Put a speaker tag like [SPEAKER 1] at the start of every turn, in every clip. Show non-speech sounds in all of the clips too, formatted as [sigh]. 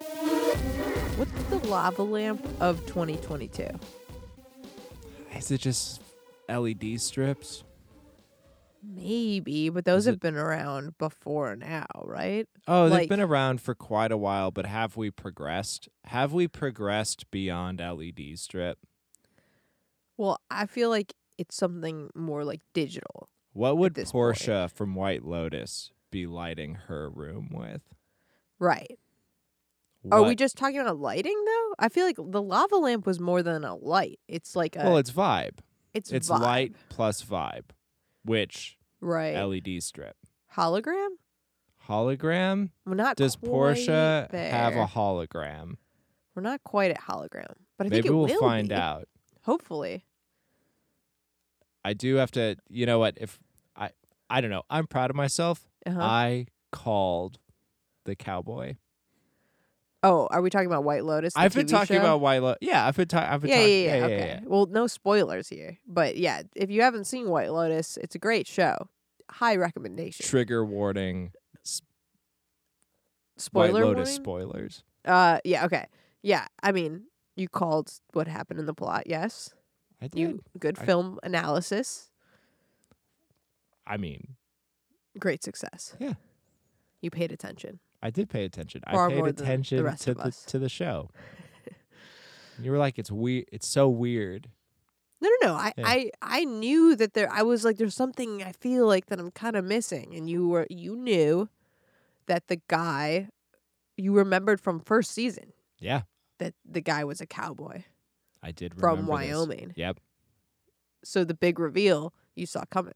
[SPEAKER 1] What's the lava lamp of 2022?
[SPEAKER 2] Is it just LED strips?
[SPEAKER 1] Maybe, but those
[SPEAKER 2] Is
[SPEAKER 1] have
[SPEAKER 2] it-
[SPEAKER 1] been around before now, right?
[SPEAKER 2] Oh,
[SPEAKER 1] Like-
[SPEAKER 2] they've been around for quite a while, but have we progressed? Have we progressed beyond LED strip?
[SPEAKER 1] Well, I feel like it's something more like digital.
[SPEAKER 2] What would
[SPEAKER 1] this point.
[SPEAKER 2] Portia from White Lotus be lighting her room with?
[SPEAKER 1] Right. Are Oh, we
[SPEAKER 2] What-
[SPEAKER 1] just talking about lighting though? I feel like the lava lamp was more than a light. It's like a
[SPEAKER 2] Well, it's vibe.
[SPEAKER 1] it's,
[SPEAKER 2] It's
[SPEAKER 1] vibe,
[SPEAKER 2] light plus vibe, which
[SPEAKER 1] right?
[SPEAKER 2] LED strip
[SPEAKER 1] Hologram?
[SPEAKER 2] hologram.
[SPEAKER 1] We're not
[SPEAKER 2] Does
[SPEAKER 1] quite
[SPEAKER 2] Portia have
[SPEAKER 1] there.
[SPEAKER 2] a hologram?
[SPEAKER 1] We're not quite at hologram, but I think
[SPEAKER 2] Maybe
[SPEAKER 1] it
[SPEAKER 2] we'll
[SPEAKER 1] will
[SPEAKER 2] find
[SPEAKER 1] be,
[SPEAKER 2] out.
[SPEAKER 1] Hopefully.
[SPEAKER 2] I do have to. You know what? If I, I don't know. I'm proud of myself.
[SPEAKER 1] Uh-huh.
[SPEAKER 2] I called the cowboy.
[SPEAKER 1] oh, are we talking about White Lotus? the
[SPEAKER 2] I've been
[SPEAKER 1] TV
[SPEAKER 2] talking
[SPEAKER 1] show?
[SPEAKER 2] about White Lotus. Yeah, I've been talking. I've been
[SPEAKER 1] yeah, yeah,
[SPEAKER 2] talking.
[SPEAKER 1] yeah, okay. Well, no spoilers here, but yeah, if you haven't seen White Lotus, it's a great show. High recommendation.
[SPEAKER 2] Trigger warning.
[SPEAKER 1] Spoiler
[SPEAKER 2] White Lotus
[SPEAKER 1] warning?
[SPEAKER 2] spoilers.
[SPEAKER 1] Uh, yeah, okay, yeah. I mean, you called what happened in the plot. Yes,
[SPEAKER 2] I
[SPEAKER 1] you good
[SPEAKER 2] I-
[SPEAKER 1] film analysis.
[SPEAKER 2] I mean,
[SPEAKER 1] Great success.
[SPEAKER 2] Yeah.
[SPEAKER 1] you paid attention.
[SPEAKER 2] I did pay attention.
[SPEAKER 1] Far
[SPEAKER 2] I paid
[SPEAKER 1] more than the
[SPEAKER 2] attention
[SPEAKER 1] rest
[SPEAKER 2] to
[SPEAKER 1] of
[SPEAKER 2] the
[SPEAKER 1] us.
[SPEAKER 2] to the show.
[SPEAKER 1] [laughs]
[SPEAKER 2] you were like, it's weird. It's so weird.
[SPEAKER 1] No, no, no. I,
[SPEAKER 2] Yeah.
[SPEAKER 1] I, I knew that there. I was like, there's something I feel like that I'm kind of missing, and you were, you knew that the guy you remembered from first season
[SPEAKER 2] Yeah,
[SPEAKER 1] that the guy was a cowboy
[SPEAKER 2] I did.
[SPEAKER 1] from
[SPEAKER 2] remember this.
[SPEAKER 1] Wyoming.
[SPEAKER 2] Yep,
[SPEAKER 1] So the big reveal you saw coming,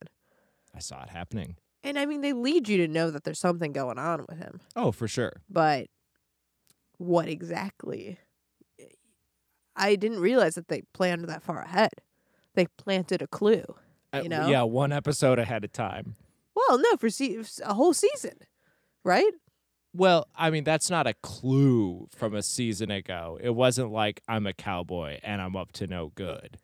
[SPEAKER 2] I saw it happening.
[SPEAKER 1] and I mean, they lead you to know that there's something going on with him,
[SPEAKER 2] Oh, for sure.
[SPEAKER 1] but what exactly? I didn't realize that they planned that far ahead. They planted a clue.
[SPEAKER 2] I-
[SPEAKER 1] You know?
[SPEAKER 2] Uh, Yeah, one episode ahead of time.
[SPEAKER 1] Well, no, for se- a whole season, right?
[SPEAKER 2] Well, I mean, that's not a clue from a season ago. It wasn't like I'm a cowboy and I'm up to no good.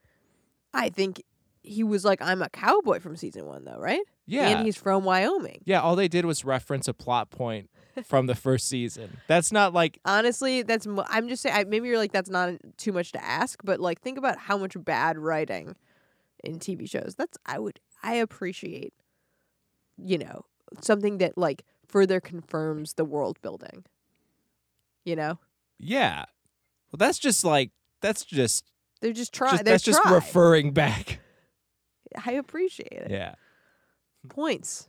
[SPEAKER 1] I think he was like, I'm a cowboy from season one, though, right?
[SPEAKER 2] Yeah.
[SPEAKER 1] And he's from Wyoming.
[SPEAKER 2] yeah, all they did was reference a
[SPEAKER 1] [laughs]
[SPEAKER 2] plot point from the first season. That's not like
[SPEAKER 1] Honestly, that's mo- I'm just saying. I, maybe you're like that's not too much to ask, but like think about how much bad writing in TV shows. That's I would I appreciate, you know, something that like further confirms the world building. You know,
[SPEAKER 2] Yeah. Well, that's just like that's just,
[SPEAKER 1] they're just trying.
[SPEAKER 2] just
[SPEAKER 1] they're
[SPEAKER 2] that's just
[SPEAKER 1] trying. [laughs]
[SPEAKER 2] referring back.
[SPEAKER 1] I appreciate it.
[SPEAKER 2] Yeah.
[SPEAKER 1] Points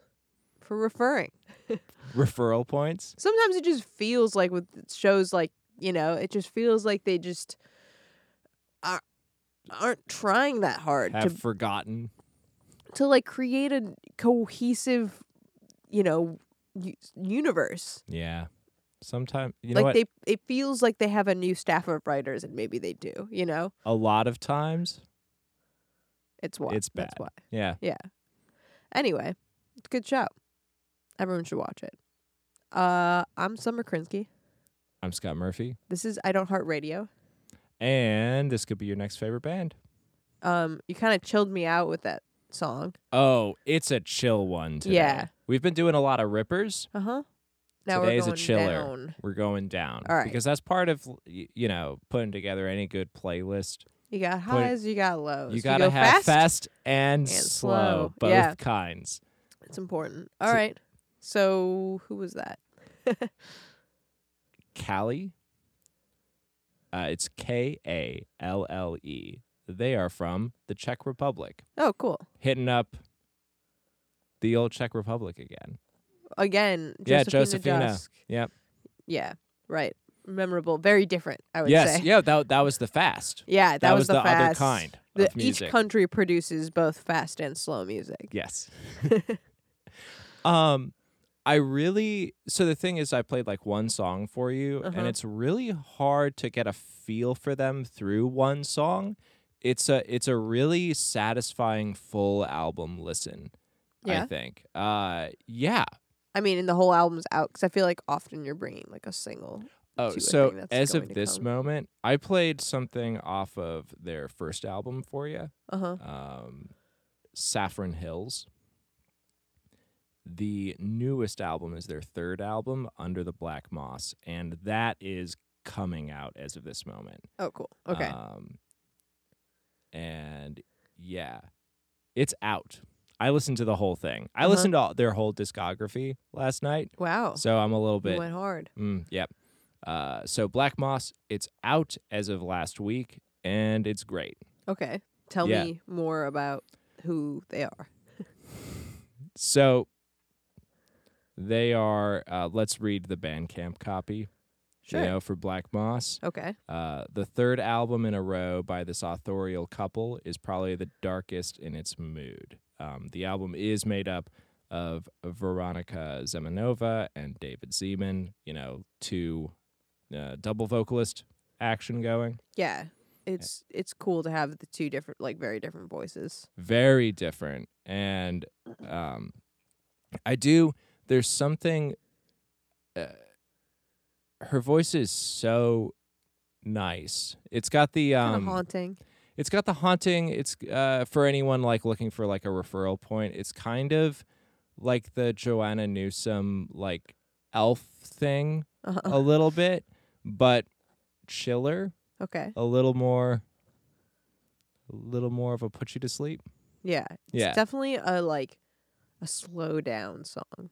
[SPEAKER 1] for referring.
[SPEAKER 2] Referral points.
[SPEAKER 1] sometimes it just feels like with shows like you know it just feels like they just are, aren't trying that hard
[SPEAKER 2] Have
[SPEAKER 1] to
[SPEAKER 2] forgotten.
[SPEAKER 1] to like create a cohesive you know u- universe
[SPEAKER 2] Yeah. Sometimes you know
[SPEAKER 1] like
[SPEAKER 2] what?
[SPEAKER 1] they it feels like they have a new staff of writers and maybe they do you know
[SPEAKER 2] a lot of times.
[SPEAKER 1] it's why
[SPEAKER 2] It's
[SPEAKER 1] that's
[SPEAKER 2] bad.
[SPEAKER 1] why
[SPEAKER 2] Yeah.
[SPEAKER 1] anyway it's a good show everyone should watch it uh i'm summer krinsky
[SPEAKER 2] I'm Scott Murphy.
[SPEAKER 1] this is i don't heart radio
[SPEAKER 2] And this could be your next favorite band.
[SPEAKER 1] um you kind of chilled me out with that song
[SPEAKER 2] Oh, it's a chill one today.
[SPEAKER 1] Yeah.
[SPEAKER 2] We've been doing a lot of rippers.
[SPEAKER 1] Uh huh. Now
[SPEAKER 2] Today's
[SPEAKER 1] we're going
[SPEAKER 2] a chiller.
[SPEAKER 1] down.
[SPEAKER 2] We're going down.
[SPEAKER 1] All right.
[SPEAKER 2] Because that's part of y- you know, putting together any good playlist.
[SPEAKER 1] You got
[SPEAKER 2] Put it-
[SPEAKER 1] highs, you got lows.
[SPEAKER 2] You
[SPEAKER 1] got to
[SPEAKER 2] gotta have
[SPEAKER 1] fast.
[SPEAKER 2] and,
[SPEAKER 1] slow.
[SPEAKER 2] slow. Both
[SPEAKER 1] Yeah.
[SPEAKER 2] kinds.
[SPEAKER 1] It's important. All
[SPEAKER 2] It's a-
[SPEAKER 1] right. So who was that?
[SPEAKER 2] Cali. Uh, it's K A L L E. They are from the Czech Republic.
[SPEAKER 1] Oh, cool.
[SPEAKER 2] Hitting up the old Czech Republic again.
[SPEAKER 1] Again,
[SPEAKER 2] Yeah,
[SPEAKER 1] Josephina.
[SPEAKER 2] Josefina.
[SPEAKER 1] Dusk.
[SPEAKER 2] Yep.
[SPEAKER 1] Yeah. Right. Memorable. Very different. I would
[SPEAKER 2] Yes.
[SPEAKER 1] say.
[SPEAKER 2] Yeah. That that was the fast.
[SPEAKER 1] Yeah, that,
[SPEAKER 2] That
[SPEAKER 1] was,
[SPEAKER 2] was
[SPEAKER 1] the,
[SPEAKER 2] the other
[SPEAKER 1] fast.
[SPEAKER 2] kind
[SPEAKER 1] The-
[SPEAKER 2] of music.
[SPEAKER 1] Each country produces both fast and slow music.
[SPEAKER 2] Yes.
[SPEAKER 1] [laughs]
[SPEAKER 2] um, I really. So the thing is, I played like one song for you,
[SPEAKER 1] Uh-huh.
[SPEAKER 2] and it's really hard to get a feel for them through one song. It's a it's a really satisfying full album listen.
[SPEAKER 1] Yeah?
[SPEAKER 2] I think. Uh, yeah.
[SPEAKER 1] I mean, and the whole album's out because I feel like often you're bringing like a single.
[SPEAKER 2] Oh,
[SPEAKER 1] to a thing
[SPEAKER 2] so
[SPEAKER 1] that's
[SPEAKER 2] as
[SPEAKER 1] going
[SPEAKER 2] of
[SPEAKER 1] to
[SPEAKER 2] this
[SPEAKER 1] come.
[SPEAKER 2] moment, I
[SPEAKER 1] Uh-huh.
[SPEAKER 2] played something off of their first album for you.
[SPEAKER 1] Uh huh.
[SPEAKER 2] Um, Saffron Hills. The newest album is their third album, Under the Black Moss, and that is coming out as of this moment.
[SPEAKER 1] Oh, cool. Okay.
[SPEAKER 2] Um, and yeah, it's out. I listened to the whole thing. I
[SPEAKER 1] Uh-huh. Oh.
[SPEAKER 2] listened to all, their whole discography last night,
[SPEAKER 1] wow.
[SPEAKER 2] so I'm a little
[SPEAKER 1] You
[SPEAKER 2] bit
[SPEAKER 1] went hard.
[SPEAKER 2] Mm, yep. Uh, so Black Moss, it's out as of last week, and it's great.
[SPEAKER 1] Okay. Tell
[SPEAKER 2] Yeah.
[SPEAKER 1] me more about who they are.
[SPEAKER 2] So they are. Uh, let's read the Bandcamp copy.
[SPEAKER 1] Sure.
[SPEAKER 2] You know, for Black Moss,
[SPEAKER 1] Okay.
[SPEAKER 2] uh, the third album in a row by this authorial couple is probably the darkest in its mood. Um, the album is made up of Veronica Zemanova and David Zeman. You know, two uh, double vocalist action going.
[SPEAKER 1] Yeah. It's it's cool to have the two different like very different voices.
[SPEAKER 2] very different and um i do there's something uh, her voice is so nice it's got the
[SPEAKER 1] Kind of
[SPEAKER 2] um
[SPEAKER 1] haunting.
[SPEAKER 2] it's got the haunting it's uh for anyone like looking for like a referral point it's kind of like the joanna newsom like elf thing
[SPEAKER 1] Uh-huh.
[SPEAKER 2] a little bit but chiller
[SPEAKER 1] Okay.
[SPEAKER 2] a little more a little more of a put you to sleep
[SPEAKER 1] Yeah. It's
[SPEAKER 2] yeah
[SPEAKER 1] definitely a like a slow down song.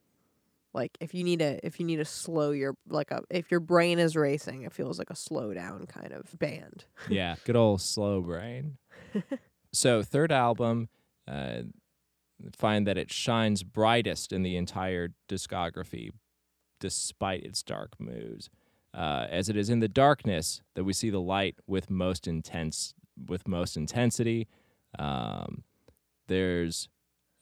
[SPEAKER 1] Like if you need a if you need to slow your like a if your brain is racing, it feels like a slow down kind of band.
[SPEAKER 2] yeah, good old slow brain. so third album, uh, find that it shines brightest in the entire discography, despite its dark moods. Uh, as it is in the darkness that we see the light with most intense, with most intensity. Um, there's,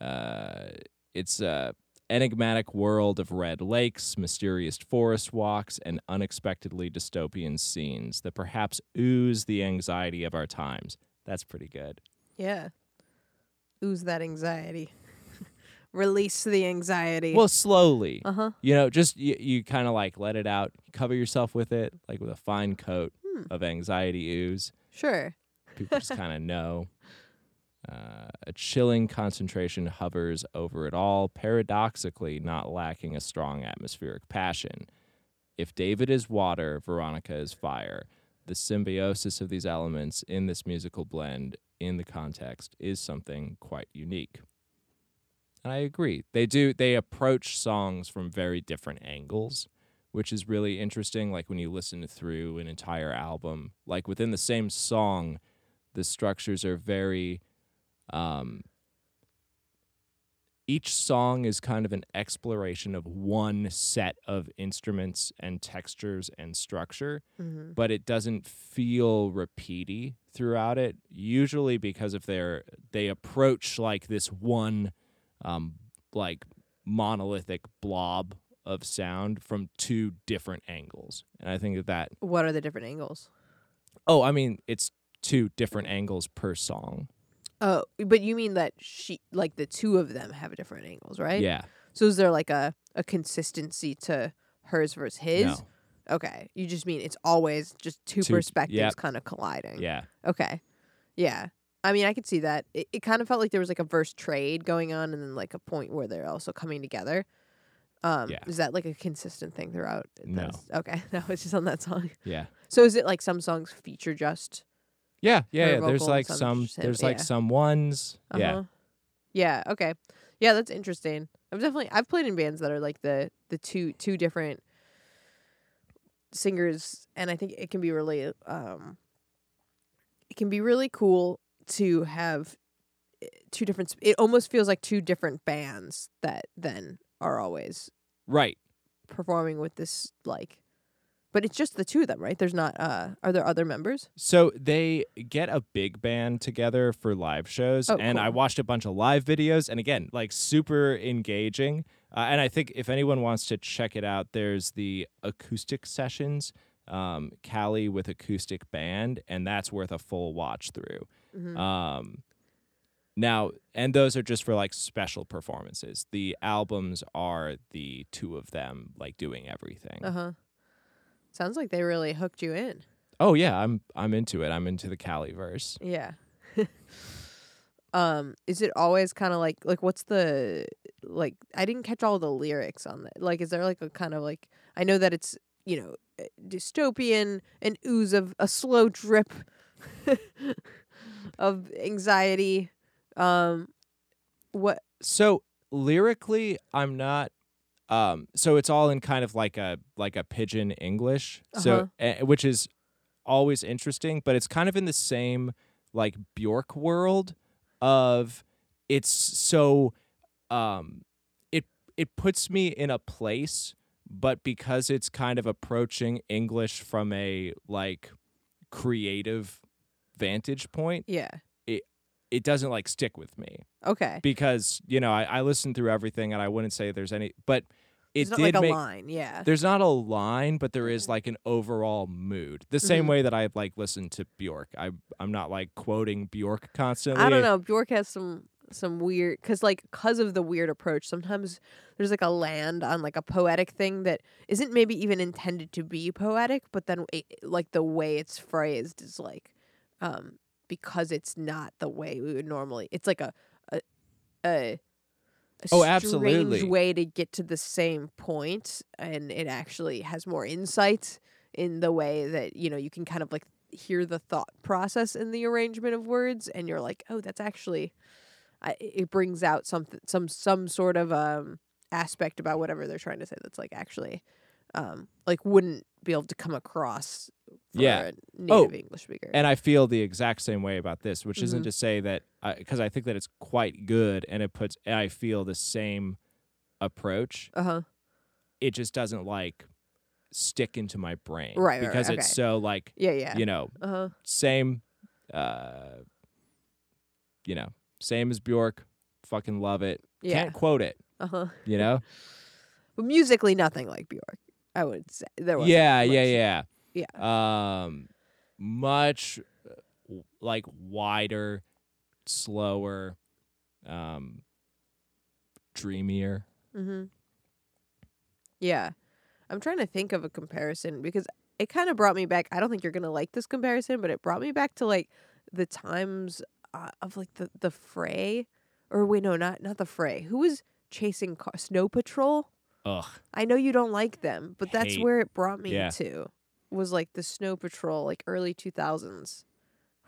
[SPEAKER 2] uh, it's a enigmatic world of red lakes, mysterious forest walks, and unexpectedly dystopian scenes that perhaps ooze the anxiety of our times. That's pretty good.
[SPEAKER 1] Yeah. Ooze that anxiety. [laughs] Release the anxiety.
[SPEAKER 2] Well, slowly.
[SPEAKER 1] uh huh.
[SPEAKER 2] You know, just you, you kind of like let it out, cover yourself with it, like with a fine coat
[SPEAKER 1] Hmm.
[SPEAKER 2] of anxiety ooze.
[SPEAKER 1] Sure.
[SPEAKER 2] People just kind of know. Uh, a chilling concentration hovers over it all, paradoxically, not lacking a strong atmospheric passion. If David is water, Veronica is fire. The symbiosis of these elements in this musical blend, in the context, is something quite unique. And I agree. They do, they approach songs from very different angles, which is really interesting. Like when you listen through an entire album, like within the same song, the structures are very um each song is kind of an exploration of one set of instruments and textures and structure
[SPEAKER 1] Mm-hmm.
[SPEAKER 2] but it doesn't feel repeaty throughout it usually because if they're they approach like this one um like monolithic blob of sound from two different angles and i think that that
[SPEAKER 1] What are the different angles?
[SPEAKER 2] oh i mean it's two different angles per song
[SPEAKER 1] Oh, but you mean that she like the two of them have different angles, right?
[SPEAKER 2] Yeah.
[SPEAKER 1] So is there like a a consistency to hers versus his?
[SPEAKER 2] no.
[SPEAKER 1] Okay. You just mean it's always just two,
[SPEAKER 2] Two-
[SPEAKER 1] perspectives
[SPEAKER 2] yep.
[SPEAKER 1] kind of colliding.
[SPEAKER 2] Yeah.
[SPEAKER 1] Okay. Yeah. I mean, I could see that. It, it kind of felt like there was like a verse trade going on and then like a point where they're also coming together. Um,
[SPEAKER 2] Yeah.
[SPEAKER 1] Is that like a consistent thing throughout?
[SPEAKER 2] No.
[SPEAKER 1] this? Okay. [laughs] No, it's just on that song.
[SPEAKER 2] Yeah.
[SPEAKER 1] So is it like some songs feature just?
[SPEAKER 2] Yeah.
[SPEAKER 1] Her
[SPEAKER 2] Yeah. yeah. There's
[SPEAKER 1] vocal
[SPEAKER 2] like
[SPEAKER 1] sounds
[SPEAKER 2] some.
[SPEAKER 1] just him,
[SPEAKER 2] There's like
[SPEAKER 1] yeah.
[SPEAKER 2] some ones. Yeah.
[SPEAKER 1] Uh-huh. Yeah. Okay. Yeah, that's interesting. I've definitely I've played in bands that are like the the two two different singers, and I think it can be really um it can be really cool to have eh, two different. sp- It almost feels like two different bands that then are always
[SPEAKER 2] Right.
[SPEAKER 1] performing with this like. But it's just the two of them, right? There's not. Uh, are there other members?
[SPEAKER 2] So they get a big band together for live shows,
[SPEAKER 1] Oh,
[SPEAKER 2] and I
[SPEAKER 1] cool.
[SPEAKER 2] watched a bunch of live videos, and again, like super engaging. Uh, and I think if anyone wants to check it out, there's the acoustic sessions, um, Cali with acoustic band, and that's worth a full watch through.
[SPEAKER 1] Mhm.
[SPEAKER 2] Um, now, and those are just for like special performances. The albums are the two of them like doing everything.
[SPEAKER 1] Uh huh. Sounds like they really hooked you in.
[SPEAKER 2] Oh yeah, I'm I'm into it. I'm into the Cali verse.
[SPEAKER 1] Yeah. [laughs] um is it always kind of like like what's the like i didn't catch all the lyrics on that like is there like a kind of like i know that it's you know uh, dystopian an ooze of a slow drip [laughs] of anxiety um what
[SPEAKER 2] So lyrically, I'm not. Um, so it's all in kind of like a like a pigeon English. So eh, which is always interesting, but it's kind of in the same like Bjork world of it's so um it it puts me in a place but because it's kind of approaching English from a like creative vantage point,
[SPEAKER 1] yeah
[SPEAKER 2] it doesn't like stick with me
[SPEAKER 1] okay
[SPEAKER 2] because you know I, I listened through everything and I wouldn't say there's any, but it
[SPEAKER 1] it's not
[SPEAKER 2] did
[SPEAKER 1] like a
[SPEAKER 2] make.
[SPEAKER 1] line yeah
[SPEAKER 2] There's not a line, but there is like an overall mood. The same
[SPEAKER 1] Mhm.
[SPEAKER 2] way that I like listened to Bjork. I I'm not like quoting Bjork constantly.
[SPEAKER 1] I don't know. Bjork has some some weird because like because of the weird approach. Sometimes there's like a land on like a poetic thing that isn't maybe even intended to be poetic, but then it, like the way it's phrased is like um because it's not the way we would normally. It's like a a a, a
[SPEAKER 2] Oh,
[SPEAKER 1] strange
[SPEAKER 2] absolutely.
[SPEAKER 1] way to get to the same point, and it actually has more insight in the way that you know you can kind of like hear the thought process in the arrangement of words and you're like oh that's actually I, it brings out something some some sort of um aspect about whatever they're trying to say that's like actually um like wouldn't be able to come across for
[SPEAKER 2] Yeah.
[SPEAKER 1] a native
[SPEAKER 2] Oh,
[SPEAKER 1] english speaker
[SPEAKER 2] And I feel the exact same way about this, which isn't
[SPEAKER 1] Mhm.
[SPEAKER 2] to say that because I think that it's quite good and it puts. And I feel the same approach.
[SPEAKER 1] uh-huh
[SPEAKER 2] It just doesn't like stick into my brain,
[SPEAKER 1] Right, right, right,
[SPEAKER 2] Because it's
[SPEAKER 1] okay.
[SPEAKER 2] so like
[SPEAKER 1] yeah yeah
[SPEAKER 2] you know
[SPEAKER 1] uh-huh
[SPEAKER 2] same uh you know same as bjork fucking love it
[SPEAKER 1] yeah
[SPEAKER 2] can't quote it
[SPEAKER 1] uh-huh
[SPEAKER 2] you know
[SPEAKER 1] but musically nothing like bjork i would say there was
[SPEAKER 2] yeah yeah
[SPEAKER 1] Yeah.
[SPEAKER 2] yeah yeah um much uh, w- like wider slower um dreamier
[SPEAKER 1] Mm-hmm. Yeah. I'm trying to think of a comparison because it kind of brought me back. I don't think you're going to like this comparison, but it brought me back to like the times uh, of like the, the fray. Or wait, no, not not the fray. Who was chasing car- Snow Patrol?
[SPEAKER 2] ugh
[SPEAKER 1] I know you don't like them, but that's
[SPEAKER 2] Hate.
[SPEAKER 1] where it brought me
[SPEAKER 2] Yeah.
[SPEAKER 1] to was like the Snow Patrol, like early 2000s.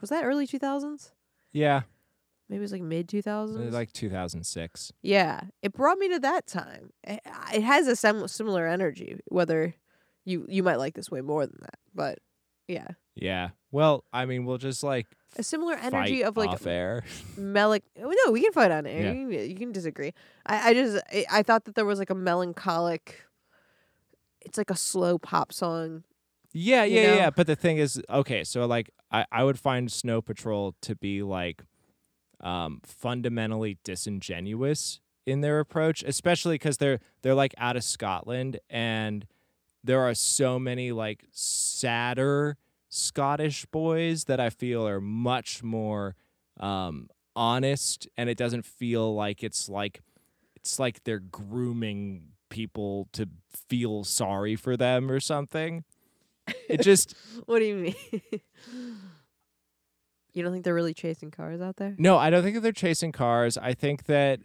[SPEAKER 1] Was that early 2000s?
[SPEAKER 2] yeah
[SPEAKER 1] Maybe it was like mid 2000s.
[SPEAKER 2] like 2006
[SPEAKER 1] Yeah, it brought me to that time. It, I- it has a sim- similar energy. Whether you you might like this way more than that, but yeah,
[SPEAKER 2] yeah well i mean we'll just like
[SPEAKER 1] a similar energy
[SPEAKER 2] fight
[SPEAKER 1] of like
[SPEAKER 2] off air
[SPEAKER 1] melic. oh, No, we can fight on air.
[SPEAKER 2] Yeah.
[SPEAKER 1] You, can, you can disagree. I I just I, I thought that there was like a melancholic. It's like a slow pop song. [laughs]
[SPEAKER 2] Yeah,
[SPEAKER 1] you
[SPEAKER 2] yeah,
[SPEAKER 1] know?
[SPEAKER 2] yeah. But the thing is, okay, so like I, I would find Snow Patrol to be like um fundamentally disingenuous in their approach, especially because they're they're like out of Scotland and there are so many like sadder Scottish boys that I feel are much more um honest and it doesn't feel like it's like it's like they're grooming people to feel sorry for them or something. It just
[SPEAKER 1] What do you mean? [laughs] you don't think they're really chasing cars out there?
[SPEAKER 2] No, I don't think that they're chasing cars. I think that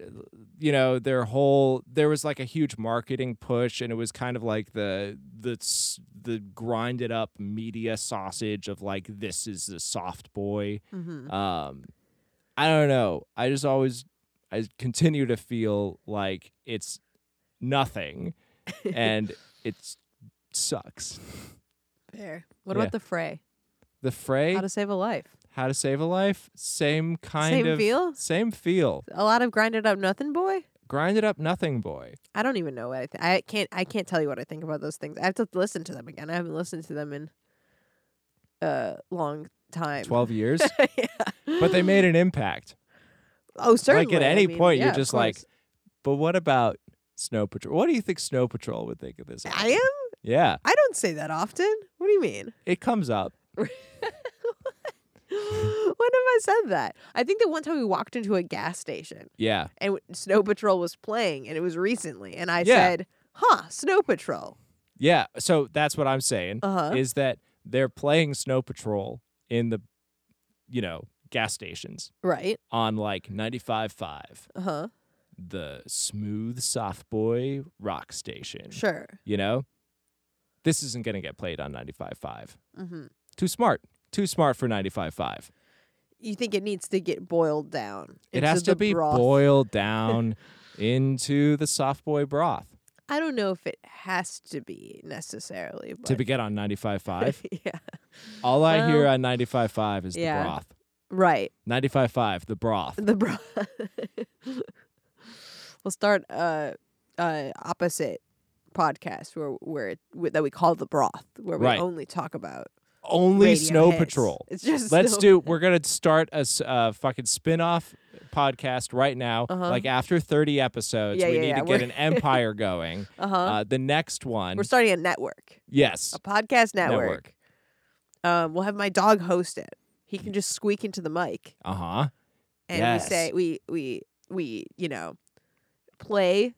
[SPEAKER 2] you know their whole there was like a huge marketing push, and it was kind of like the the s- the grinded up media sausage of like this is the soft boy.
[SPEAKER 1] Mm-hmm.
[SPEAKER 2] Um, I don't know. I just always I continue to feel like it's nothing,
[SPEAKER 1] [laughs]
[SPEAKER 2] and it's sucks.
[SPEAKER 1] Fair. What
[SPEAKER 2] Yeah.
[SPEAKER 1] about the fray?
[SPEAKER 2] The fray,
[SPEAKER 1] How to save a life?
[SPEAKER 2] how to save a life, same kind
[SPEAKER 1] Same
[SPEAKER 2] of
[SPEAKER 1] feel?
[SPEAKER 2] same feel.
[SPEAKER 1] A lot of grinded up nothing, boy.
[SPEAKER 2] Grinded up
[SPEAKER 1] [laughs]
[SPEAKER 2] nothing boy.
[SPEAKER 1] I don't even know what I think. I can't. I can't tell you what I think about those things. I have to listen to them again. I haven't listened to them in a long time.
[SPEAKER 2] 12 years
[SPEAKER 1] [laughs] yeah.
[SPEAKER 2] but they made an impact
[SPEAKER 1] Oh, certainly.
[SPEAKER 2] like at
[SPEAKER 1] I
[SPEAKER 2] any
[SPEAKER 1] mean,
[SPEAKER 2] point
[SPEAKER 1] yeah,
[SPEAKER 2] you're
[SPEAKER 1] of
[SPEAKER 2] just like
[SPEAKER 1] course.
[SPEAKER 2] but what about snow patrol what do you think snow patrol would think of this
[SPEAKER 1] I am.
[SPEAKER 2] yeah
[SPEAKER 1] I don't say that often. What do you mean? [gasps]
[SPEAKER 2] it comes up
[SPEAKER 1] when have I said that? I think that one time we walked into a gas station
[SPEAKER 2] yeah
[SPEAKER 1] and w- Snow Patrol was playing, and it was recently, and I
[SPEAKER 2] Yeah.
[SPEAKER 1] said, "Huh, Snow Patrol."
[SPEAKER 2] yeah so that's what i'm saying
[SPEAKER 1] Uh huh.
[SPEAKER 2] is that they're playing snow patrol in the you know gas stations
[SPEAKER 1] Right.
[SPEAKER 2] on like 95.5,
[SPEAKER 1] Uh huh.
[SPEAKER 2] the smooth soft boy rock station.
[SPEAKER 1] Sure.
[SPEAKER 2] You know? This isn't going to get played on 95.5.
[SPEAKER 1] hmm
[SPEAKER 2] Too smart. Too smart for 95.5.
[SPEAKER 1] You think it needs to get boiled down?
[SPEAKER 2] It
[SPEAKER 1] into
[SPEAKER 2] has to
[SPEAKER 1] the
[SPEAKER 2] be
[SPEAKER 1] broth. [laughs]
[SPEAKER 2] boiled down into the soft boy broth
[SPEAKER 1] I don't know if it has to be necessarily. But
[SPEAKER 2] to be get on 95.5.
[SPEAKER 1] [laughs] yeah.
[SPEAKER 2] All I hear
[SPEAKER 1] Well,
[SPEAKER 2] on 95.5 is
[SPEAKER 1] yeah.
[SPEAKER 2] the broth.
[SPEAKER 1] Right.
[SPEAKER 2] 95.5, the broth.
[SPEAKER 1] The bra. [laughs] we'll start a uh, uh, opposite podcast where where, it, where that we call the broth, where we
[SPEAKER 2] Right.
[SPEAKER 1] only talk about
[SPEAKER 2] Only
[SPEAKER 1] radio
[SPEAKER 2] Snow
[SPEAKER 1] hits.
[SPEAKER 2] Patrol.
[SPEAKER 1] [laughs] It's just
[SPEAKER 2] Let's
[SPEAKER 1] Snow-
[SPEAKER 2] do. We're gonna start a s- uh, fucking spin-off podcast right now.
[SPEAKER 1] Uh-huh.
[SPEAKER 2] Like after thirty episodes,
[SPEAKER 1] Yeah,
[SPEAKER 2] we
[SPEAKER 1] yeah,
[SPEAKER 2] need
[SPEAKER 1] yeah,
[SPEAKER 2] to get
[SPEAKER 1] we're- [laughs]
[SPEAKER 2] an empire going.
[SPEAKER 1] Uh-huh.
[SPEAKER 2] Uh, the next one,
[SPEAKER 1] We're starting a network,
[SPEAKER 2] yes,
[SPEAKER 1] a podcast network.
[SPEAKER 2] Network.
[SPEAKER 1] Um, we'll have my dog host it. He can just squeak into the mic,
[SPEAKER 2] uh huh,
[SPEAKER 1] and
[SPEAKER 2] Yes.
[SPEAKER 1] we say we we we you know play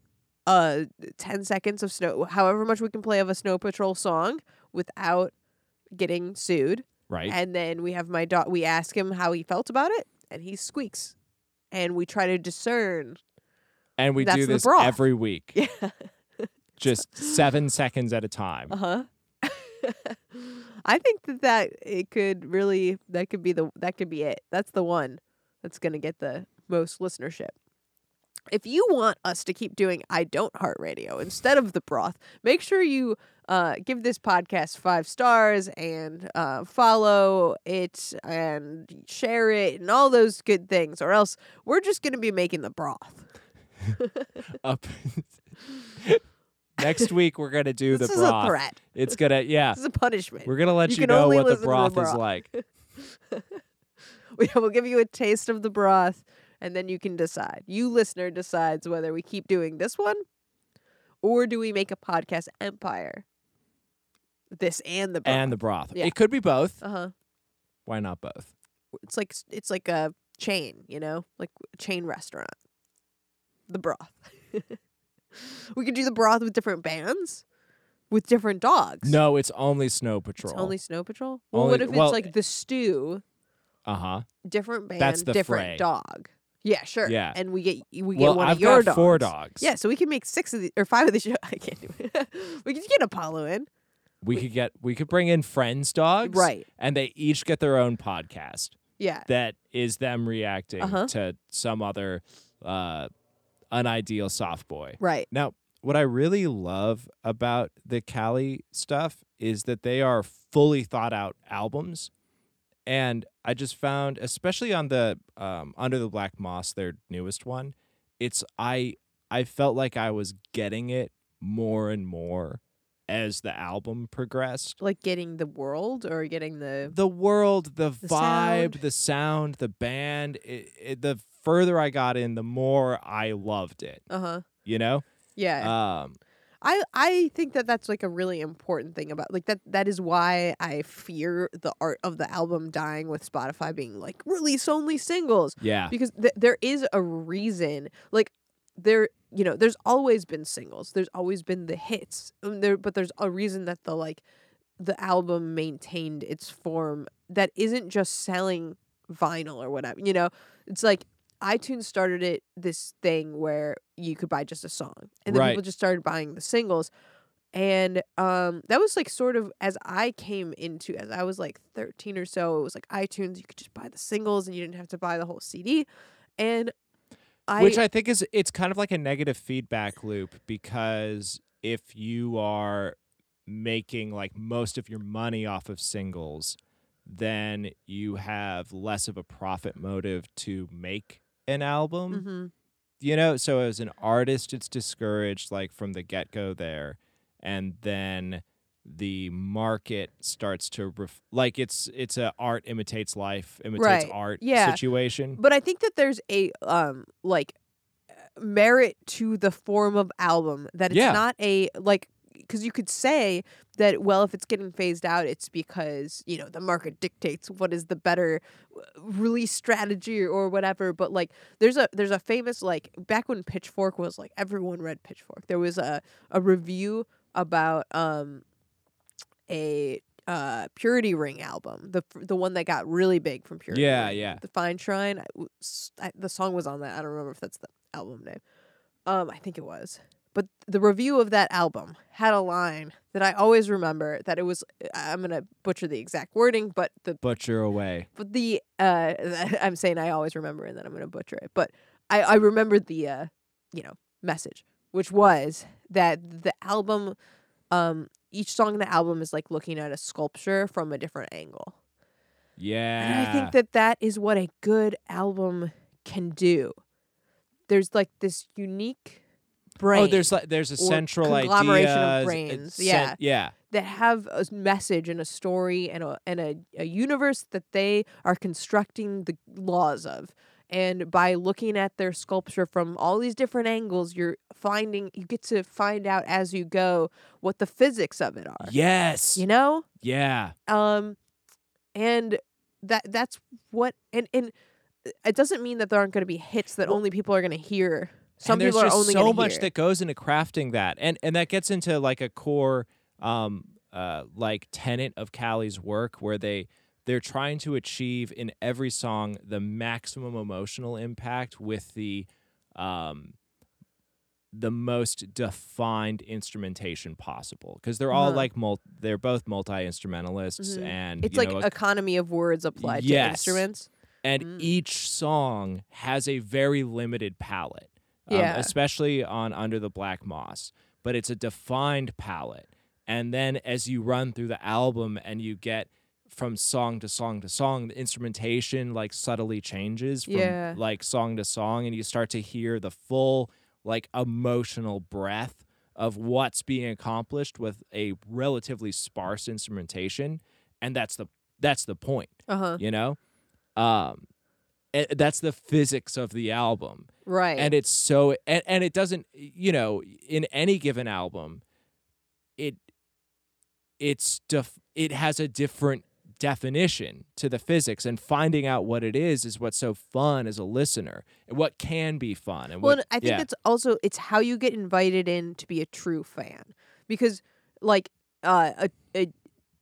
[SPEAKER 1] uh ten seconds of snow, however much we can play of a Snow Patrol song without getting sued,
[SPEAKER 2] right,
[SPEAKER 1] and then we have my dog. We ask him how he felt about it, and he squeaks, and we try to discern.
[SPEAKER 2] and we
[SPEAKER 1] that's
[SPEAKER 2] do
[SPEAKER 1] the
[SPEAKER 2] this
[SPEAKER 1] broth.
[SPEAKER 2] every week.
[SPEAKER 1] Yeah.
[SPEAKER 2] [laughs] Just seven seconds at a time.
[SPEAKER 1] Uh huh. [laughs] I think that that it could really that could be the that could be it. That's the one that's going to get the most listenership. If you want us to keep doing I don't heart radio instead of the broth, make sure you uh, give this podcast five stars and uh, follow it and share it and all those good things, or else we're just going to be making the broth.
[SPEAKER 2] [laughs] Up. next week, we're gonna do
[SPEAKER 1] this
[SPEAKER 2] the
[SPEAKER 1] is
[SPEAKER 2] broth.
[SPEAKER 1] a threat.
[SPEAKER 2] It's gonna, yeah,
[SPEAKER 1] This is a punishment.
[SPEAKER 2] we're gonna let
[SPEAKER 1] You
[SPEAKER 2] you,
[SPEAKER 1] can
[SPEAKER 2] know
[SPEAKER 1] only
[SPEAKER 2] what the
[SPEAKER 1] listen to the
[SPEAKER 2] broth, is
[SPEAKER 1] broth. [laughs]
[SPEAKER 2] like.
[SPEAKER 1] we will give you a taste of the broth and then you can decide you listener decides whether we keep doing this one or do we make a podcast empire this and the broth
[SPEAKER 2] And the broth.
[SPEAKER 1] Yeah.
[SPEAKER 2] It could be both.
[SPEAKER 1] uh-huh
[SPEAKER 2] Why not both?
[SPEAKER 1] it's like it's like a chain you know like a chain restaurant the broth [laughs] we could do the broth with different bands with different dogs
[SPEAKER 2] No, it's only Snow
[SPEAKER 1] it's
[SPEAKER 2] Patrol.
[SPEAKER 1] only snow patrol well
[SPEAKER 2] Only-
[SPEAKER 1] what if it's
[SPEAKER 2] well-
[SPEAKER 1] like the stew
[SPEAKER 2] uh huh.
[SPEAKER 1] different band
[SPEAKER 2] That's the
[SPEAKER 1] different
[SPEAKER 2] fray.
[SPEAKER 1] dog yeah sure
[SPEAKER 2] Yeah.
[SPEAKER 1] and we get we get
[SPEAKER 2] Well,
[SPEAKER 1] one
[SPEAKER 2] I've
[SPEAKER 1] of your
[SPEAKER 2] got four dogs.
[SPEAKER 1] Yeah, so we can make six of the or five of the show. [laughs] I can't do it. we could get Apollo in.
[SPEAKER 2] We could get we could bring in friends dogs.
[SPEAKER 1] Right.
[SPEAKER 2] And they each get their own podcast
[SPEAKER 1] Yeah.
[SPEAKER 2] that is them reacting
[SPEAKER 1] Uh-huh.
[SPEAKER 2] to some other uh unideal soft boy.
[SPEAKER 1] Right.
[SPEAKER 2] Now, what I really love about the Cali stuff is that they are fully thought out albums. And I just found, especially on the um, Under the Black Moss, their newest one, it's I I felt like I was getting it more and more as the album progressed.
[SPEAKER 1] Like getting the world or getting the
[SPEAKER 2] The world, the, vibe,
[SPEAKER 1] sound.
[SPEAKER 2] the sound, the band. It, it, the further I got in, the more I loved it.
[SPEAKER 1] uh huh.
[SPEAKER 2] You know,
[SPEAKER 1] Yeah.
[SPEAKER 2] um,
[SPEAKER 1] I I think that that's like a really important thing about like that that is why I fear the art of the album dying with Spotify being like release only singles
[SPEAKER 2] yeah,
[SPEAKER 1] because th- there is a reason like there you know there's always been singles there's always been the hits um, there but there's a reason that the like the album maintained its form that isn't just selling vinyl or whatever you know it's like iTunes started it this thing where you could buy just a song and then
[SPEAKER 2] Right.
[SPEAKER 1] people just started buying the singles and um that was like sort of as I came into as I was like 13 or so it was like iTunes you could just buy the singles and you didn't have to buy the whole CD and I
[SPEAKER 2] which I think is it's kind of like a negative feedback loop because if you are making like most of your money off of singles, then you have less of a profit motive to make an album.
[SPEAKER 1] hmm
[SPEAKER 2] You know, so as an artist, it's discouraged like from the get go there, and then the market starts to ref- like it's it's a art imitates life imitates
[SPEAKER 1] Right.
[SPEAKER 2] art
[SPEAKER 1] Yeah.
[SPEAKER 2] situation.
[SPEAKER 1] But I think that there's a um like merit to the form of album that it's
[SPEAKER 2] Yeah.
[SPEAKER 1] not a like because you could say that well if it's getting phased out it's because you know the market dictates what is the better uh, release strategy or whatever but like there's a there's a famous like back when pitchfork was like everyone read pitchfork there was a a review about um a uh Purity Ring album, the the one that got really big from Purity.
[SPEAKER 2] Yeah,
[SPEAKER 1] Ring.
[SPEAKER 2] yeah.
[SPEAKER 1] The Fine Shrine. I w s I the song was on that. I don't remember if that's the album name. Um, I think it was. But the review of that album had a line that I always remember. That it was uh, I'm gonna butcher the exact wording, but the
[SPEAKER 2] Butcher away.
[SPEAKER 1] but the uh [laughs] I'm saying I always remember and then I'm gonna butcher it. But I, I remembered the uh you know, message, which was that the album um each song in the album is like looking at a sculpture from a different angle.
[SPEAKER 2] Yeah.
[SPEAKER 1] And I think that that is what a good album can do. There's like this unique brain
[SPEAKER 2] Oh, there's like there's a
[SPEAKER 1] or
[SPEAKER 2] central
[SPEAKER 1] conglomeration of
[SPEAKER 2] idea. s-
[SPEAKER 1] brains,
[SPEAKER 2] cen-
[SPEAKER 1] yeah.
[SPEAKER 2] Yeah.
[SPEAKER 1] that have a s- message and a story and a and a, a universe that they are constructing the laws of. And by looking at their sculpture from all these different angles, you're finding you get to find out as you go what the physics of it are.
[SPEAKER 2] Yes.
[SPEAKER 1] You know?
[SPEAKER 2] yeah.
[SPEAKER 1] Um and that that's what and and uh, it doesn't mean that there aren't going to be hits that only people are going to hear. Some
[SPEAKER 2] and there's
[SPEAKER 1] people are
[SPEAKER 2] just
[SPEAKER 1] only
[SPEAKER 2] so
[SPEAKER 1] gonna
[SPEAKER 2] much
[SPEAKER 1] hear.
[SPEAKER 2] that goes into crafting that, and and that gets into like a core, um, uh, like tenet of Callie's work where they they're trying to achieve in every song the maximum emotional impact with the, um, the most defined instrumentation possible because they're all
[SPEAKER 1] Uh-huh.
[SPEAKER 2] like mul- they're both multi instrumentalists
[SPEAKER 1] Mhm.
[SPEAKER 2] and
[SPEAKER 1] it's
[SPEAKER 2] you
[SPEAKER 1] like
[SPEAKER 2] know,
[SPEAKER 1] economy of words applied
[SPEAKER 2] Yes.
[SPEAKER 1] to instruments.
[SPEAKER 2] and
[SPEAKER 1] Mm.
[SPEAKER 2] each song has a very limited palette, um,
[SPEAKER 1] Yeah.
[SPEAKER 2] especially on Under the Black Moss. But it's a defined palette, and then as you run through the album and you get from song to song to song, the instrumentation like subtly changes from
[SPEAKER 1] Yeah.
[SPEAKER 2] like song to song, and you start to hear the full like emotional breath of what's being accomplished with a relatively sparse instrumentation, and that's the that's the point
[SPEAKER 1] Uh-huh.
[SPEAKER 2] you know um a- that's the physics of the album
[SPEAKER 1] Right.
[SPEAKER 2] and it's so and, and it doesn't you know in any given album it it's def- it has a different definition to the physics and finding out what it is is what's so fun as a listener and what can be fun and
[SPEAKER 1] Well,
[SPEAKER 2] what
[SPEAKER 1] and I think
[SPEAKER 2] yeah.
[SPEAKER 1] it's also it's how you get invited in to be a true fan because like uh a, a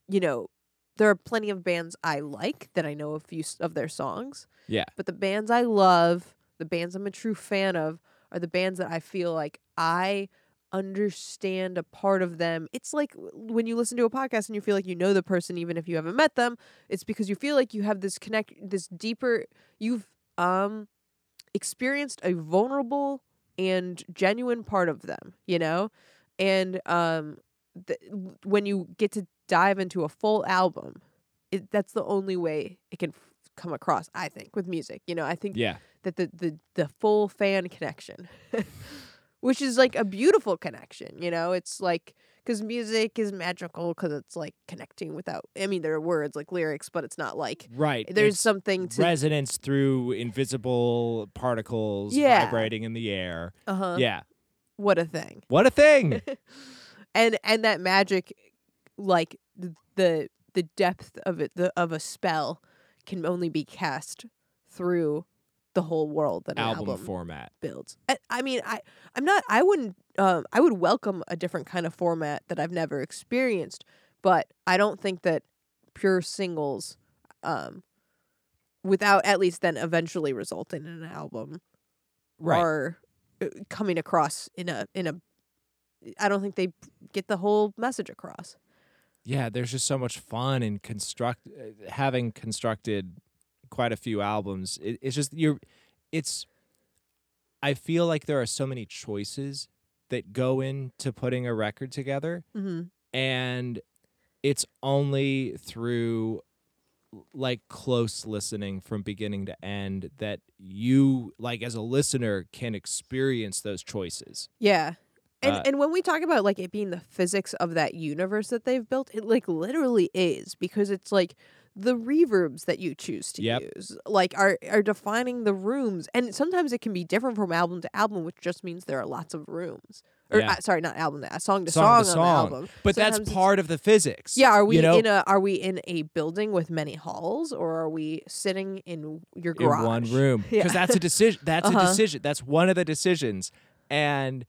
[SPEAKER 1] you know there are plenty of bands I like that I know a few s- of their songs.
[SPEAKER 2] Yeah.
[SPEAKER 1] But the bands I love, the bands I'm a true fan of are the bands that I feel like I understand a part of them. It's like w- when you listen to a podcast and you feel like you know the person even if you haven't met them, it's because you feel like you have this connect this deeper you've um experienced a vulnerable and genuine part of them, you know? And um th- when you get to dive into a full album, it, that's the only way it can f- come across, I think, with music. You know, I think
[SPEAKER 2] yeah
[SPEAKER 1] that the the, the full fan connection, [laughs] which is like a beautiful connection, you know? It's like cuz music is magical cuz it's like connecting without I mean there are words like lyrics, but it's not like
[SPEAKER 2] right
[SPEAKER 1] there's
[SPEAKER 2] it's
[SPEAKER 1] something to
[SPEAKER 2] resonance through invisible particles
[SPEAKER 1] Yeah.
[SPEAKER 2] vibrating in the air
[SPEAKER 1] uh-huh.
[SPEAKER 2] yeah
[SPEAKER 1] What a thing.
[SPEAKER 2] what a thing
[SPEAKER 1] and and that magic like th- the the depth of it the, of a spell can only be cast through the whole world that [laughs] an album,
[SPEAKER 2] album format
[SPEAKER 1] builds I, I mean i i'm not i wouldn't um i would welcome a different kind of format that i've never experienced but i don't think that pure singles um without at least then eventually resulting in an album are uh, coming across in a in a I don't think they get the whole message across.
[SPEAKER 2] yeah there's just so much fun in construct uh, having constructed quite a few albums it, it's just you're it's i feel like there are so many choices that go into putting a record together
[SPEAKER 1] Mm-hmm.
[SPEAKER 2] and it's only through like close listening from beginning to end that you like as a listener can experience those choices
[SPEAKER 1] Yeah. And
[SPEAKER 2] Uh,
[SPEAKER 1] and when we talk about like it being the physics of that universe that they've built, it like literally is because it's like the reverbs that you choose to
[SPEAKER 2] Yep.
[SPEAKER 1] use like are are defining the rooms and sometimes it can be different from album to album which just means there are lots of rooms or
[SPEAKER 2] Yeah.
[SPEAKER 1] uh, sorry not album to uh, song to
[SPEAKER 2] Song
[SPEAKER 1] song,
[SPEAKER 2] to
[SPEAKER 1] on
[SPEAKER 2] song.
[SPEAKER 1] the album
[SPEAKER 2] but
[SPEAKER 1] Sometimes
[SPEAKER 2] that's
[SPEAKER 1] it's-
[SPEAKER 2] part of the physics
[SPEAKER 1] Yeah, are we
[SPEAKER 2] you know?
[SPEAKER 1] in a are we in a building with many halls, or are we sitting in your garage
[SPEAKER 2] in one
[SPEAKER 1] [laughs]
[SPEAKER 2] room
[SPEAKER 1] Yeah.
[SPEAKER 2] because that's a decision that's a
[SPEAKER 1] Uh-huh.
[SPEAKER 2] decision that's one of the decisions and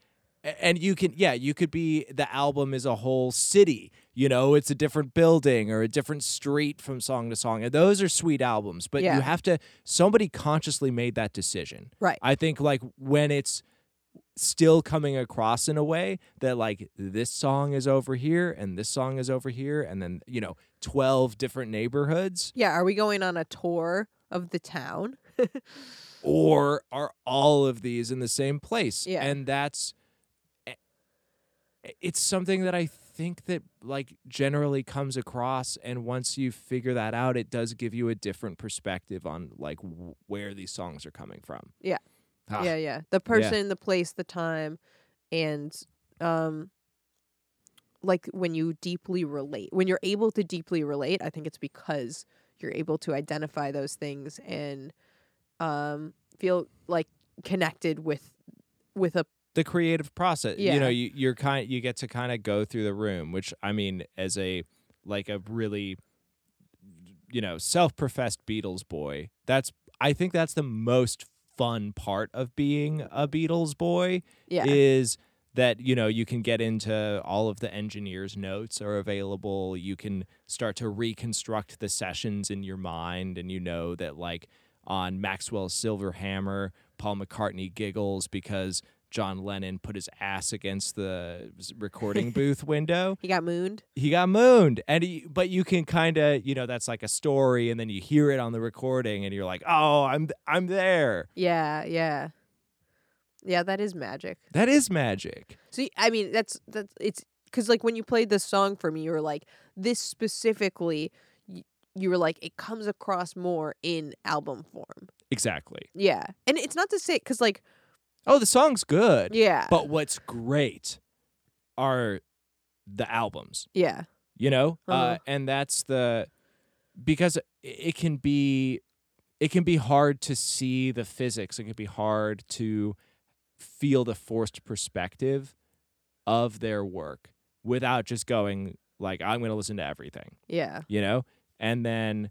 [SPEAKER 2] and you can yeah you could be the album is a whole city you know, it's a different building or a different street from song to song. And those are sweet albums, but
[SPEAKER 1] Yeah.
[SPEAKER 2] you have to, somebody consciously made that decision.
[SPEAKER 1] Right.
[SPEAKER 2] I think like when it's still coming across in a way that like this song is over here and this song is over here and then, you know, 12 different neighborhoods
[SPEAKER 1] Yeah, are we going on a tour of the town?
[SPEAKER 2] or are all of these in the same place?
[SPEAKER 1] Yeah.
[SPEAKER 2] And that's eh, it's something that I think that like generally comes across and once you figure that out it does give you a different perspective on like w- where these songs are coming from.
[SPEAKER 1] Yeah.
[SPEAKER 2] Ah,
[SPEAKER 1] Yeah, yeah. The person, the place, the time, and um like when you deeply relate. When you're able to deeply relate, I think it's because you're able to identify those things and um feel like connected with with a
[SPEAKER 2] the creative process.
[SPEAKER 1] Yeah.
[SPEAKER 2] You know, you, you're kind you get to kind of go through the room, which I mean, as a like a really you know self-professed Beatles boy, that's I think that's the most fun part of being a Beatles boy
[SPEAKER 1] yeah.
[SPEAKER 2] is that you know you can get into all of the engineers notes are available you can start to reconstruct the sessions in your mind and you know that like on maxwell's silver hammer paul mccartney giggles because john lennon put his ass against the s- recording booth window
[SPEAKER 1] he got mooned.
[SPEAKER 2] he got mooned and he, but you can kind of you know that's like a story and then you hear it on the recording and you're like oh i'm i'm there
[SPEAKER 1] Yeah, yeah. Yeah, that is magic.
[SPEAKER 2] that is magic
[SPEAKER 1] See, I mean, that's that's it's because like when you played this song for me, you were like, this specifically, you, you were like, it comes across more in album form.
[SPEAKER 2] exactly
[SPEAKER 1] Yeah, and it's not to say because like
[SPEAKER 2] oh the song's good
[SPEAKER 1] yeah,
[SPEAKER 2] But what's great are the albums,
[SPEAKER 1] yeah,
[SPEAKER 2] you know, uh
[SPEAKER 1] Uh-huh.
[SPEAKER 2] and that's the because it- it can be it can be hard to see the physics. It can be hard to feel the forced perspective of their work without just going like I'm going to listen to everything
[SPEAKER 1] yeah,
[SPEAKER 2] you know and then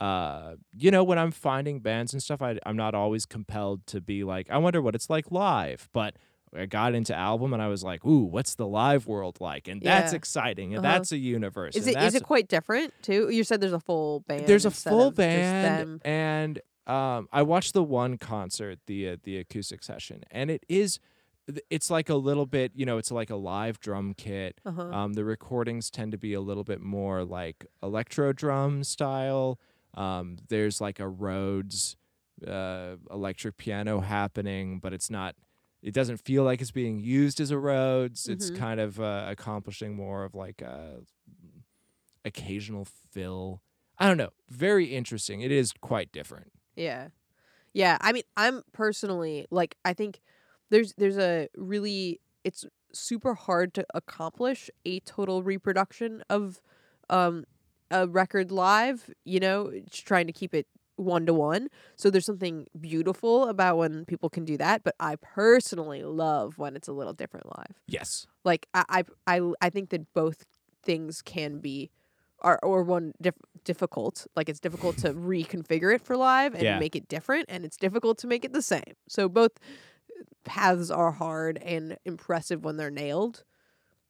[SPEAKER 2] uh you know when i'm finding bands and stuff I, i'm not always compelled to be like i wonder what it's like live but i got into album and i was like ooh what's the live world like and that's
[SPEAKER 1] Yeah.
[SPEAKER 2] exciting and
[SPEAKER 1] Uh-huh.
[SPEAKER 2] that's a universe
[SPEAKER 1] is it
[SPEAKER 2] and
[SPEAKER 1] is
[SPEAKER 2] that's-
[SPEAKER 1] it quite different too? You said there's a full band.
[SPEAKER 2] there's a
[SPEAKER 1] instead
[SPEAKER 2] full
[SPEAKER 1] of just
[SPEAKER 2] band
[SPEAKER 1] them.
[SPEAKER 2] and um i watched the one concert the uh, the acoustic session and it is th- it's like a little bit you know it's like a live drum kit
[SPEAKER 1] Uh-huh.
[SPEAKER 2] um, the recordings tend to be a little bit more like electro drum style. Um, there's like a Rhodes uh, electric piano happening, but it's not. It doesn't feel like it's being used as a Rhodes. It's
[SPEAKER 1] Mhm.
[SPEAKER 2] kind of uh, accomplishing more of like a occasional fill. I don't know. Very interesting. It is quite different.
[SPEAKER 1] Yeah. Yeah, I mean, I'm personally like I think there's there's a really it's super hard to accomplish a total reproduction of um a record live, you know, it's trying to keep it one to one. So there's something beautiful about when people can do that, but I personally love when it's a little different live
[SPEAKER 2] Yes.
[SPEAKER 1] like I I I, I think that both things can be are or one diff- difficult like it's difficult to reconfigure it for live and
[SPEAKER 2] Yeah.
[SPEAKER 1] make it different and it's difficult to make it the same so both paths are hard and impressive when they're nailed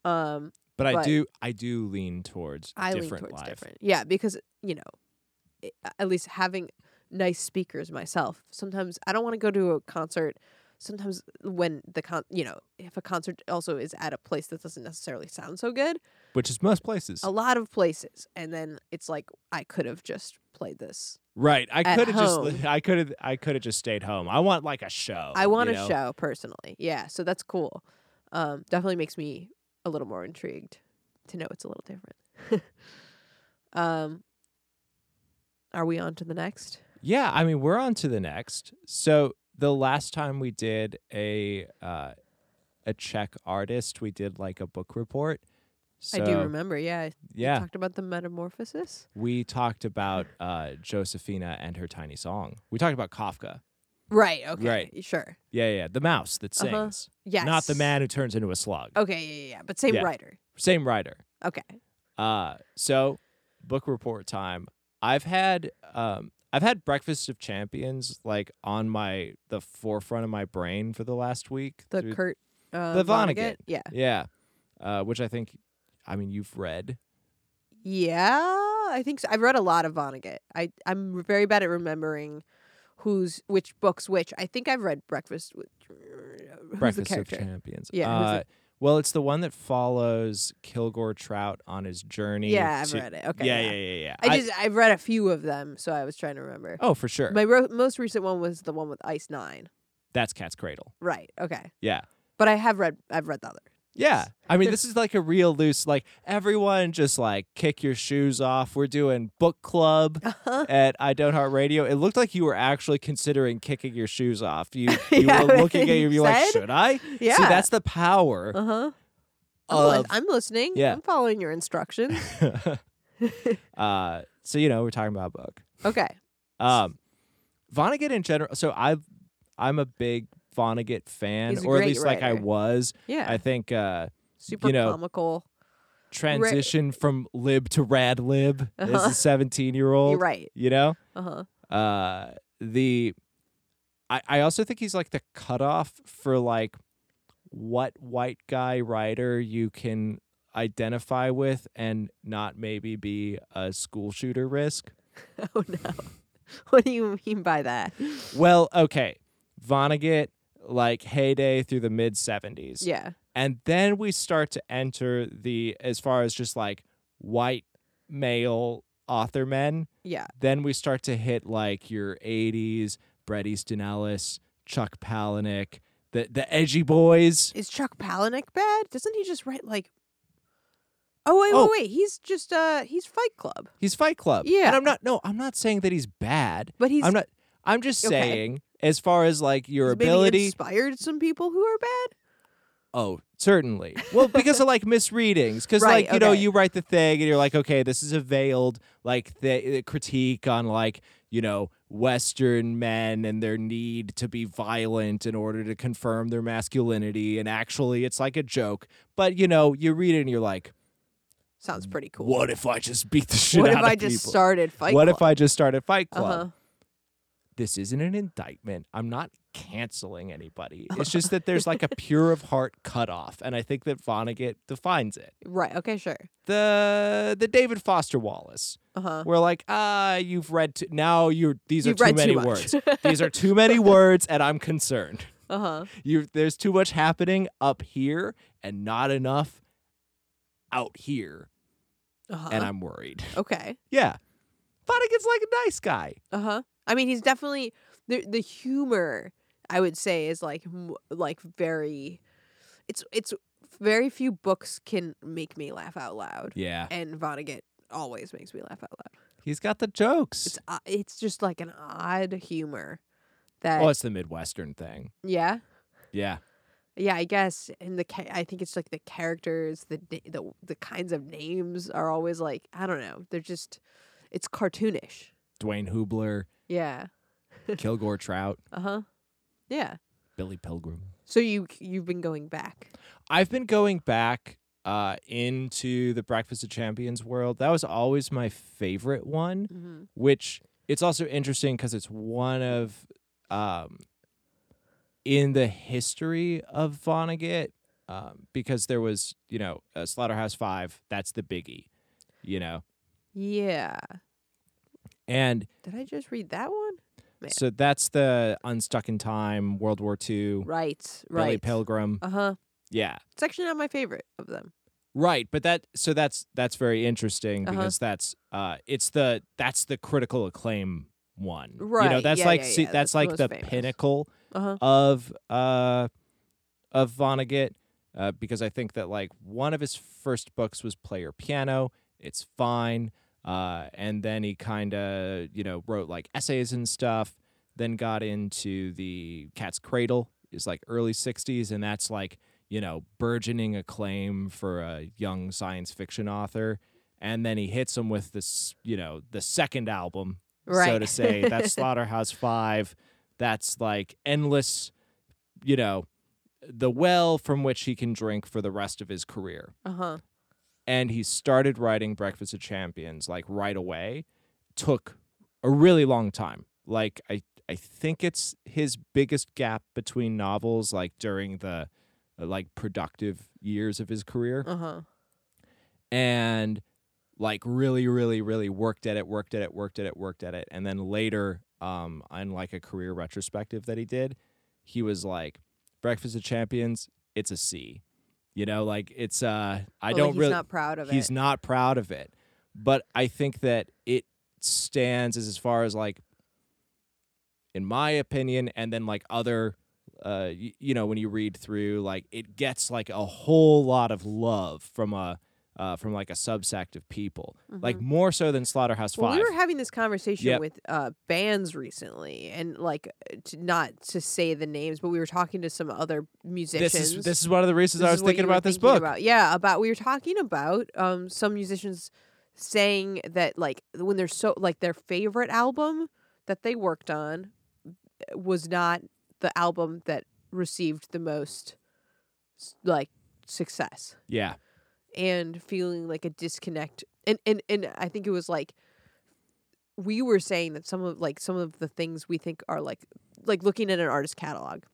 [SPEAKER 1] um
[SPEAKER 2] But I
[SPEAKER 1] But-
[SPEAKER 2] do. I do lean towards
[SPEAKER 1] i lean
[SPEAKER 2] different
[SPEAKER 1] towards
[SPEAKER 2] live.
[SPEAKER 1] different yeah because you know i- at least having nice speakers myself sometimes i don't want to go to a concert sometimes when the con you know if a concert also is at a place that doesn't necessarily sound so good
[SPEAKER 2] which is most places.
[SPEAKER 1] a lot of places and then it's like i could have just played this
[SPEAKER 2] Right. I
[SPEAKER 1] at
[SPEAKER 2] could have just
[SPEAKER 1] home.
[SPEAKER 2] [laughs] I could have I could have just stayed home. I want like a show.
[SPEAKER 1] i want
[SPEAKER 2] Oh, you
[SPEAKER 1] a
[SPEAKER 2] know?
[SPEAKER 1] show personally yeah so that's cool um, definitely makes me a little more intrigued to know it's a little different [laughs] um, are we on to the next
[SPEAKER 2] Yeah, I mean, we're on to the next. So the last time we did a uh a Czech artist, we did like a book report. So
[SPEAKER 1] i do remember yeah I
[SPEAKER 2] yeah,
[SPEAKER 1] talked about the metamorphosis
[SPEAKER 2] we talked about uh Josephina and her tiny song. We talked about Kafka.
[SPEAKER 1] right okay
[SPEAKER 2] Right.
[SPEAKER 1] sure
[SPEAKER 2] Yeah, yeah, yeah, the mouse that sings.
[SPEAKER 1] Uh-huh. yes
[SPEAKER 2] Not the man who turns into a slug.
[SPEAKER 1] okay yeah yeah, yeah. but same
[SPEAKER 2] Yeah.
[SPEAKER 1] writer
[SPEAKER 2] Same writer.
[SPEAKER 1] okay
[SPEAKER 2] Uh so book report time. I've had um I've had Breakfast of Champions like on my the forefront of my brain for the last week.
[SPEAKER 1] the
[SPEAKER 2] through-
[SPEAKER 1] kurt uh,
[SPEAKER 2] The Vonnegut.
[SPEAKER 1] yeah
[SPEAKER 2] yeah. Uh, which I think I mean, you've read.
[SPEAKER 1] Yeah, I think so. I've read a lot of Vonnegut. I I'm very bad at remembering who's which books which. I think I've read Breakfast with uh, who's
[SPEAKER 2] Breakfast
[SPEAKER 1] the
[SPEAKER 2] of
[SPEAKER 1] character.
[SPEAKER 2] Champions.
[SPEAKER 1] Yeah, who's
[SPEAKER 2] Uh,
[SPEAKER 1] the-
[SPEAKER 2] well, it's the one that follows Kilgore Trout on his journey.
[SPEAKER 1] yeah, I've
[SPEAKER 2] to-
[SPEAKER 1] read it. Okay.
[SPEAKER 2] yeah, yeah, yeah, yeah.
[SPEAKER 1] I just I've read a few of them, so I was trying to remember.
[SPEAKER 2] oh, for sure.
[SPEAKER 1] My ro- most recent one was the one with Ice Nine.
[SPEAKER 2] That's Cat's Cradle.
[SPEAKER 1] Right. Okay.
[SPEAKER 2] Yeah.
[SPEAKER 1] But I have read I've read the other.
[SPEAKER 2] Yeah. I mean, this is like a real loose, like, everyone just like kick your shoes off. We're doing book club
[SPEAKER 1] Uh-huh.
[SPEAKER 2] at I Don't Heart Radio. It looked like you were actually considering kicking your shoes off. You,
[SPEAKER 1] [laughs]
[SPEAKER 2] you
[SPEAKER 1] Yeah,
[SPEAKER 2] were looking at you, you're like,
[SPEAKER 1] said?
[SPEAKER 2] should I?
[SPEAKER 1] Yeah.
[SPEAKER 2] See, that's the power
[SPEAKER 1] Uh-huh. I'm, li-
[SPEAKER 2] of.
[SPEAKER 1] I'm listening.
[SPEAKER 2] yeah.
[SPEAKER 1] I'm following your
[SPEAKER 2] [laughs]
[SPEAKER 1] instructions.
[SPEAKER 2] uh, so, you know, we're talking about a book.
[SPEAKER 1] okay.
[SPEAKER 2] Um, Vonnegut in general. So I've, I'm a big Vonnegut fan,
[SPEAKER 1] He's a
[SPEAKER 2] or at
[SPEAKER 1] great
[SPEAKER 2] least like I
[SPEAKER 1] writer.
[SPEAKER 2] was.
[SPEAKER 1] Yeah.
[SPEAKER 2] I think uh,
[SPEAKER 1] Super
[SPEAKER 2] you know,
[SPEAKER 1] comical.
[SPEAKER 2] transition from lib to rad lib as
[SPEAKER 1] Uh-huh.
[SPEAKER 2] a 17 year
[SPEAKER 1] You're
[SPEAKER 2] old.
[SPEAKER 1] right.
[SPEAKER 2] You know,
[SPEAKER 1] Uh-huh. [laughs]
[SPEAKER 2] uh, the I, I also think he's like the cutoff for like what white guy writer you can identify with and not maybe be a school shooter risk.
[SPEAKER 1] Oh no. [laughs] what do you mean by that?
[SPEAKER 2] Well, okay, Vonnegut like heyday through the mid 70s.
[SPEAKER 1] Yeah.
[SPEAKER 2] And then we start to enter the, as far as just like white male author men,
[SPEAKER 1] Yeah.
[SPEAKER 2] then we start to hit like your 80s, Bret Easton Ellis, Chuck Palahniuk, the, the edgy boys.
[SPEAKER 1] Is Chuck Palahniuk bad? Doesn't he just write like Oh wait,
[SPEAKER 2] Oh.
[SPEAKER 1] wait, wait. He's just uh he's Fight Club.
[SPEAKER 2] He's Fight Club.
[SPEAKER 1] Yeah.
[SPEAKER 2] And I'm not, no, I'm not saying that he's bad.
[SPEAKER 1] But he's
[SPEAKER 2] I'm not, I'm just
[SPEAKER 1] Okay.
[SPEAKER 2] saying, as far as like your
[SPEAKER 1] he's maybe
[SPEAKER 2] ability.
[SPEAKER 1] inspired some people who are bad.
[SPEAKER 2] Oh, certainly. Well, because of like misreadings, because
[SPEAKER 1] Right,
[SPEAKER 2] like you know
[SPEAKER 1] okay.
[SPEAKER 2] you write the thing and you're like, okay, this is a veiled like th- critique on like you know Western men and their need to be violent in order to confirm their masculinity, and actually it's like a joke. But you know you read it and you're like,
[SPEAKER 1] Sounds pretty cool.
[SPEAKER 2] Mm. what if I just beat the shit
[SPEAKER 1] What
[SPEAKER 2] out
[SPEAKER 1] if
[SPEAKER 2] of
[SPEAKER 1] I just
[SPEAKER 2] people?
[SPEAKER 1] started Fight
[SPEAKER 2] what
[SPEAKER 1] Club?
[SPEAKER 2] if I just started Fight Club?
[SPEAKER 1] Uh-huh.
[SPEAKER 2] This isn't an indictment. I'm not
[SPEAKER 1] [laughs]
[SPEAKER 2] canceling anybody. It's just that there's like a pure of heart cutoff, and I think that Vonnegut defines it.
[SPEAKER 1] Right. Okay, sure.
[SPEAKER 2] the the David Foster Wallace.
[SPEAKER 1] Uh-huh.
[SPEAKER 2] We're like, ah, you've read too, now. You're these
[SPEAKER 1] You've
[SPEAKER 2] are
[SPEAKER 1] read
[SPEAKER 2] too
[SPEAKER 1] too
[SPEAKER 2] many
[SPEAKER 1] much.
[SPEAKER 2] words. these are too many words, and I'm concerned.
[SPEAKER 1] [laughs] Uh-huh.
[SPEAKER 2] You there's too much happening up here and not enough out here,
[SPEAKER 1] Uh-huh.
[SPEAKER 2] and I'm worried.
[SPEAKER 1] okay.
[SPEAKER 2] Yeah, Vonnegut's like a nice guy.
[SPEAKER 1] Uh-huh. I mean, he's definitely the the humor I would say is like m- like very it's it's very few books can make me laugh out loud.
[SPEAKER 2] Yeah,
[SPEAKER 1] And Vonnegut always makes me laugh out loud.
[SPEAKER 2] he's got the jokes.
[SPEAKER 1] It's uh, it's just like an odd humor that
[SPEAKER 2] oh, it's the Midwestern thing.
[SPEAKER 1] yeah.
[SPEAKER 2] Yeah,
[SPEAKER 1] Yeah, I guess, and the cha- I think it's like the characters, the na- the the kinds of names are always like I don't know. They're just, it's cartoonish.
[SPEAKER 2] Dwayne Hubler,
[SPEAKER 1] Yeah.
[SPEAKER 2] Kilgore Trout,
[SPEAKER 1] Uh huh. Yeah.
[SPEAKER 2] Billy Pilgrim.
[SPEAKER 1] So you you've been going back.
[SPEAKER 2] I've been going back uh, into the Breakfast of Champions world. That was always my favorite one,
[SPEAKER 1] Mm-hmm.
[SPEAKER 2] which it's also interesting because it's one of, um, in the history of Vonnegut, um, because there was, you know, uh, Slaughterhouse Five, that's the biggie, you know?
[SPEAKER 1] Yeah.
[SPEAKER 2] And
[SPEAKER 1] Did I just read that one? Man.
[SPEAKER 2] so that's the Unstuck in Time, World War II,
[SPEAKER 1] Right.
[SPEAKER 2] Billy
[SPEAKER 1] Right.
[SPEAKER 2] Pilgrim.
[SPEAKER 1] uh huh.
[SPEAKER 2] Yeah.
[SPEAKER 1] It's actually not my favorite of them.
[SPEAKER 2] Right, but that so that's that's very interesting
[SPEAKER 1] Uh-huh.
[SPEAKER 2] because that's uh it's the that's the critical acclaim one. You know,
[SPEAKER 1] Right,
[SPEAKER 2] that's
[SPEAKER 1] yeah,
[SPEAKER 2] like
[SPEAKER 1] yeah,
[SPEAKER 2] see,
[SPEAKER 1] yeah, that's
[SPEAKER 2] that's,
[SPEAKER 1] the
[SPEAKER 2] like
[SPEAKER 1] most
[SPEAKER 2] the
[SPEAKER 1] famous.
[SPEAKER 2] pinnacle
[SPEAKER 1] Uh huh.
[SPEAKER 2] of uh of Vonnegut uh, because I think that like one of his first books was Player Piano. It's fine. Uh, and then he kind of, you know, wrote like essays and stuff, then got into the Cat's Cradle is like early 60s and that's like, you know, burgeoning acclaim for a young science fiction author. And then he hits him with this, you know, the second album, so
[SPEAKER 1] Right.
[SPEAKER 2] to
[SPEAKER 1] [laughs]
[SPEAKER 2] say. That's Slaughterhouse Five. That's like endless, you know, the well from which he can drink for the rest of his career.
[SPEAKER 1] Uh huh.
[SPEAKER 2] And he started writing Breakfast of Champions like right away. Took a really long time. Like I, I think it's his biggest gap between novels, like during the like productive years of his career
[SPEAKER 1] Uh huh.
[SPEAKER 2] and like really really really worked at it worked at it worked at it worked at it and then later um on like a career retrospective that he did he was like breakfast of champions it's a c you know like it's uh i
[SPEAKER 1] Well,
[SPEAKER 2] don't
[SPEAKER 1] like, he's
[SPEAKER 2] really
[SPEAKER 1] not proud of
[SPEAKER 2] he's
[SPEAKER 1] it.
[SPEAKER 2] not proud of it but i think that it stands as, as far as like in my opinion and then like other uh y- you know when you read through like it gets like a whole lot of love from a uh, from like a subsect of people like more so than slaughterhouse
[SPEAKER 1] Mm-hmm. Well,
[SPEAKER 2] five
[SPEAKER 1] we were having this conversation
[SPEAKER 2] Yep.
[SPEAKER 1] with uh, bands recently, and like, uh, to, not to say the names, but we were talking to some other musicians.
[SPEAKER 2] this is this is one of the reasons i
[SPEAKER 1] is
[SPEAKER 2] was
[SPEAKER 1] what
[SPEAKER 2] thinking
[SPEAKER 1] you were
[SPEAKER 2] about this
[SPEAKER 1] thinking
[SPEAKER 2] book
[SPEAKER 1] about. Yeah, about we were talking about um, some musicians saying that like when they're so like their favorite album that they worked on uh, was not the album that received the most s- like success
[SPEAKER 2] yeah
[SPEAKER 1] and feeling like a disconnect and and and I think it was like we were saying that some of like some of the things we think are like like looking at an artist catalog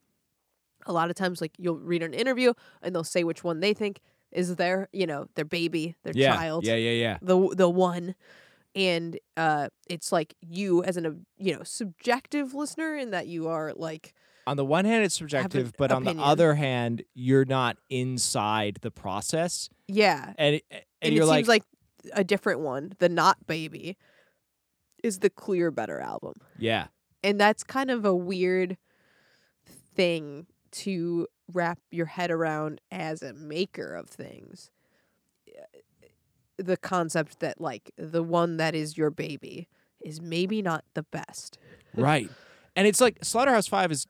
[SPEAKER 1] a lot of times like you'll read an interview and they'll say which one they think is their you know their baby their
[SPEAKER 2] yeah
[SPEAKER 1] child
[SPEAKER 2] yeah yeah yeah
[SPEAKER 1] the the one and uh it's like you as an ob- you know subjective listener in that you are like
[SPEAKER 2] on the one hand it's subjective but on the
[SPEAKER 1] opinion.
[SPEAKER 2] other hand you're not inside the process
[SPEAKER 1] yeah
[SPEAKER 2] and and,
[SPEAKER 1] and,
[SPEAKER 2] you're
[SPEAKER 1] it seems like a different one the not baby is the clear better album
[SPEAKER 2] yeah
[SPEAKER 1] and that's kind of a weird thing to wrap your head around as a maker of things the concept that like the one that is your baby is maybe not the best
[SPEAKER 2] right and it's like slaughterhouse five is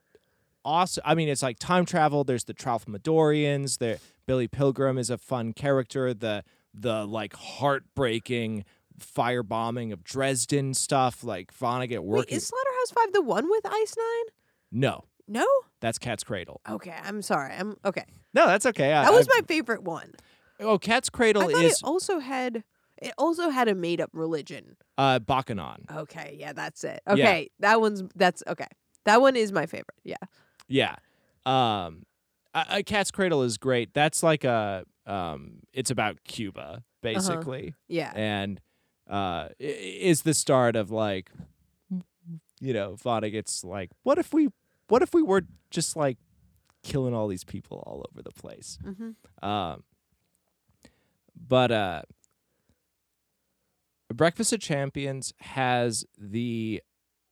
[SPEAKER 2] awesome i mean it's like time travel there's the tralfamadorians there billy pilgrim is a fun character the the like heartbreaking firebombing of dresden stuff like vonnegut
[SPEAKER 1] wait
[SPEAKER 2] working
[SPEAKER 1] is slaughterhouse five the one with ice nine
[SPEAKER 2] no
[SPEAKER 1] no
[SPEAKER 2] that's cat's cradle
[SPEAKER 1] okay i'm sorry i'm okay
[SPEAKER 2] no that's okay I,
[SPEAKER 1] that was
[SPEAKER 2] I-
[SPEAKER 1] my favorite one
[SPEAKER 2] oh cat's
[SPEAKER 1] i
[SPEAKER 2] cradle
[SPEAKER 1] thought
[SPEAKER 2] is
[SPEAKER 1] it also had it also had a made-up religion
[SPEAKER 2] uh bacchanal
[SPEAKER 1] Okay, yeah, that's it.
[SPEAKER 2] Yeah.
[SPEAKER 1] Okay, that one's that's okay. That one is my favorite. Yeah,
[SPEAKER 2] Yeah. Um a, a Cat's Cradle is great. That's like a um it's about
[SPEAKER 1] Uh-huh.
[SPEAKER 2] Cuba basically.
[SPEAKER 1] yeah,
[SPEAKER 2] And uh i- i- is the start of like you know, Vonnegut's like what if we what if we were just like killing all these people all over the place?
[SPEAKER 1] Mhm.
[SPEAKER 2] Um but uh Breakfast of Champions has the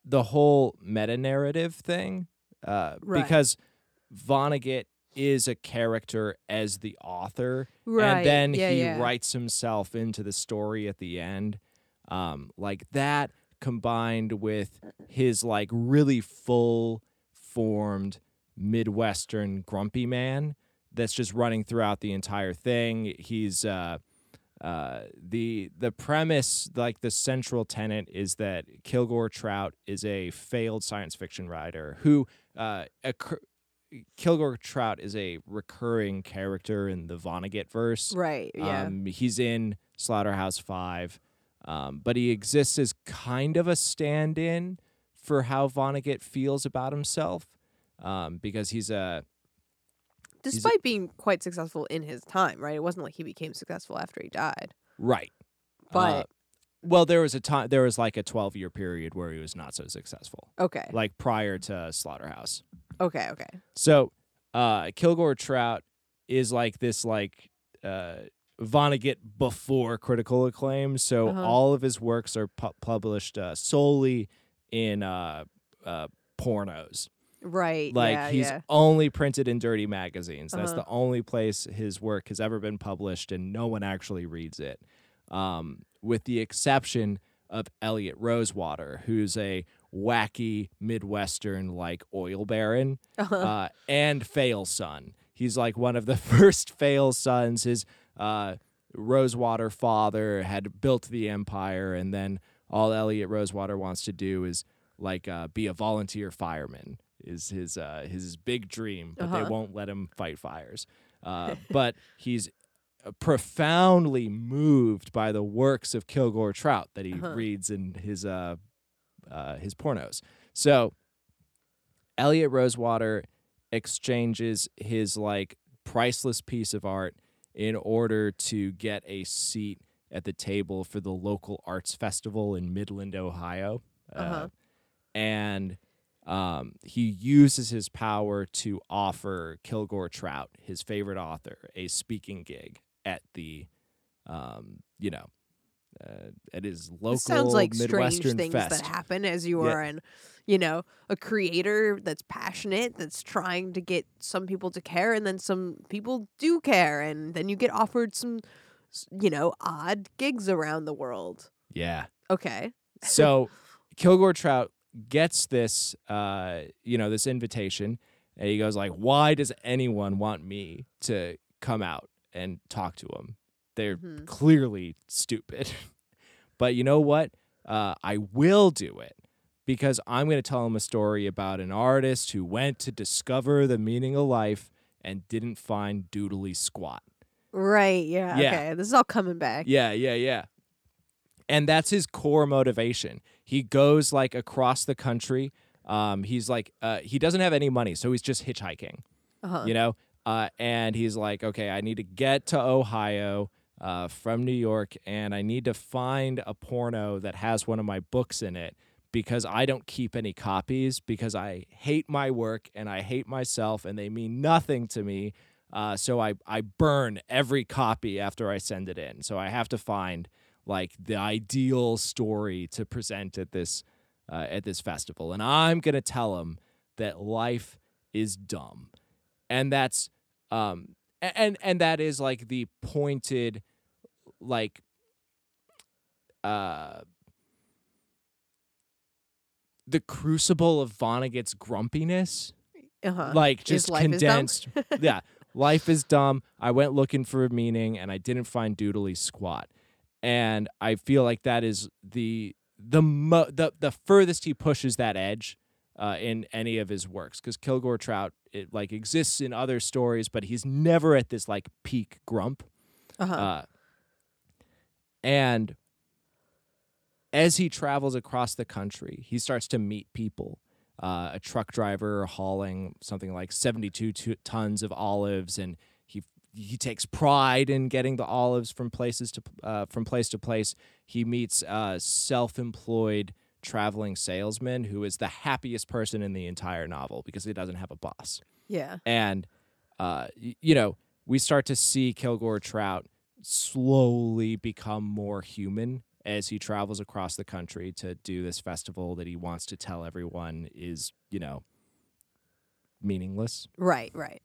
[SPEAKER 2] the whole meta narrative thing uh,
[SPEAKER 1] Right.
[SPEAKER 2] because Vonnegut is a character as the author,
[SPEAKER 1] right.
[SPEAKER 2] and then
[SPEAKER 1] yeah,
[SPEAKER 2] he
[SPEAKER 1] yeah.
[SPEAKER 2] writes himself into the story at the end, um, like that combined with his like really full formed midwestern grumpy man that's just running throughout the entire thing. He's uh, uh, the the premise, like the central tenet, is that Kilgore Trout is a failed science fiction writer who uh, occur- Kilgore Trout is a recurring character in the Vonnegut verse.
[SPEAKER 1] right. Yeah,
[SPEAKER 2] Um, he's in Slaughterhouse Five, um, but he exists as kind of a stand-in for how Vonnegut feels about himself, um, because he's a
[SPEAKER 1] despite being quite successful in his time, right? It wasn't like he became successful after he died,
[SPEAKER 2] right.
[SPEAKER 1] but
[SPEAKER 2] Uh, Well, there was a time. There was like a twelve-year period where he was not so successful,
[SPEAKER 1] okay,
[SPEAKER 2] like prior to Slaughterhouse.
[SPEAKER 1] okay, okay,
[SPEAKER 2] So, uh, Kilgore Trout is like this, like uh, Vonnegut before critical acclaim. So
[SPEAKER 1] Uh-huh.
[SPEAKER 2] all of his works are pu- published uh, solely in uh, uh, pornos.
[SPEAKER 1] right.
[SPEAKER 2] Like
[SPEAKER 1] yeah,
[SPEAKER 2] he's
[SPEAKER 1] yeah.
[SPEAKER 2] only printed in dirty magazines. That's
[SPEAKER 1] Uh-huh.
[SPEAKER 2] the only place his work has ever been published, and no one actually reads it, um, with the exception of Elliot Rosewater, who's a wacky Midwestern like oil baron
[SPEAKER 1] [laughs] Uh-huh.
[SPEAKER 2] uh, and fail son. He's like one of the [laughs] first fail sons. His uh, Rosewater father had built the empire, and then all Elliot Rosewater wants to do is like uh, be a volunteer fireman. Is his uh, his big dream, but they
[SPEAKER 1] Uh-huh.
[SPEAKER 2] won't let him fight fires. Uh, but he's profoundly moved by the works of Kilgore Trout that he
[SPEAKER 1] Uh-huh.
[SPEAKER 2] reads in his uh, uh, his pornos. So Elliot Rosewater exchanges his like priceless piece of art in order to get a seat at the table for the local arts festival in Midland, Ohio. Uh,
[SPEAKER 1] Uh-huh.
[SPEAKER 2] and um, he uses his power to offer Kilgore Trout, his favorite author, a speaking gig at the, um, you know, uh, at his local
[SPEAKER 1] This sounds like
[SPEAKER 2] Midwestern
[SPEAKER 1] strange things
[SPEAKER 2] fest.
[SPEAKER 1] that happen as you
[SPEAKER 2] Yeah.
[SPEAKER 1] are an, you know, a creator that's passionate, that's trying to get some people to care, and then some people do care, and then you get offered some, s- you know, odd gigs around the world.
[SPEAKER 2] yeah.
[SPEAKER 1] Okay.
[SPEAKER 2] so Kilgore Trout gets this uh you know this invitation and he goes like why does anyone want me to come out and talk to him they're
[SPEAKER 1] Mhm.
[SPEAKER 2] clearly stupid [laughs] but you know what uh, I will do it because I'm going to tell him a story about an artist who went to discover the meaning of life and didn't find doodly squat
[SPEAKER 1] Right. Yeah.
[SPEAKER 2] Yeah.
[SPEAKER 1] Okay. This is all coming back.
[SPEAKER 2] yeah, yeah, yeah. And that's his core motivation. He goes like across the country. Um, he's like, uh, he doesn't have any money, so he's just hitchhiking,
[SPEAKER 1] Uh-huh.
[SPEAKER 2] you know? Uh, and he's like, okay, I need to get to Ohio uh, from New York, and I need to find a porno that has one of my books in it because I don't keep any copies because I hate my work and I hate myself and they mean nothing to me. Uh, so I, I burn every copy after I send it in. So I have to find like the ideal story to present at this uh, at this festival, and I'm gonna tell them that life is dumb, and that's um a- and and that is like the pointed like uh the crucible of Vonnegut's grumpiness
[SPEAKER 1] Uh-huh.
[SPEAKER 2] like
[SPEAKER 1] Is
[SPEAKER 2] just
[SPEAKER 1] life is dumb?
[SPEAKER 2] condensed. yeah, life is dumb. I went looking for a meaning and I didn't find doodly squat. And I feel like that is the the mo- the the furthest he pushes that edge uh, in any of his works because Kilgore Trout it like exists in other stories, but he's never at this like peak grump.
[SPEAKER 1] uh-huh.
[SPEAKER 2] Uh, and as he travels across the country, he starts to meet people. Uh, a truck driver hauling something like 72 to- tons of olives, and he he takes pride in getting the olives from places to uh, from place to place. He meets a self-employed traveling salesman who is the happiest person in the entire novel because he doesn't have a boss
[SPEAKER 1] yeah.
[SPEAKER 2] and uh, y- you know we start to see Kilgore Trout slowly become more human as he travels across the country to do this festival that he wants to tell everyone is you know meaningless
[SPEAKER 1] Right, right.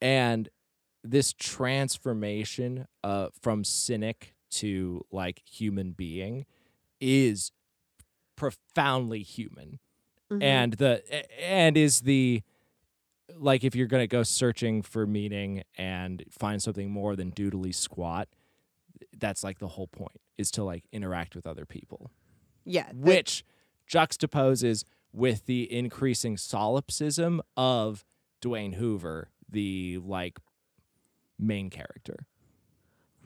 [SPEAKER 2] and this transformation uh, from cynic to like human being is profoundly human
[SPEAKER 1] Mhm.
[SPEAKER 2] and the a- and is the like if you're gonna go searching for meaning and find something more than doodly squat that's like the whole point is to like interact with other people
[SPEAKER 1] yeah. that-
[SPEAKER 2] which juxtaposes with the increasing solipsism of dwayne hoover the like main character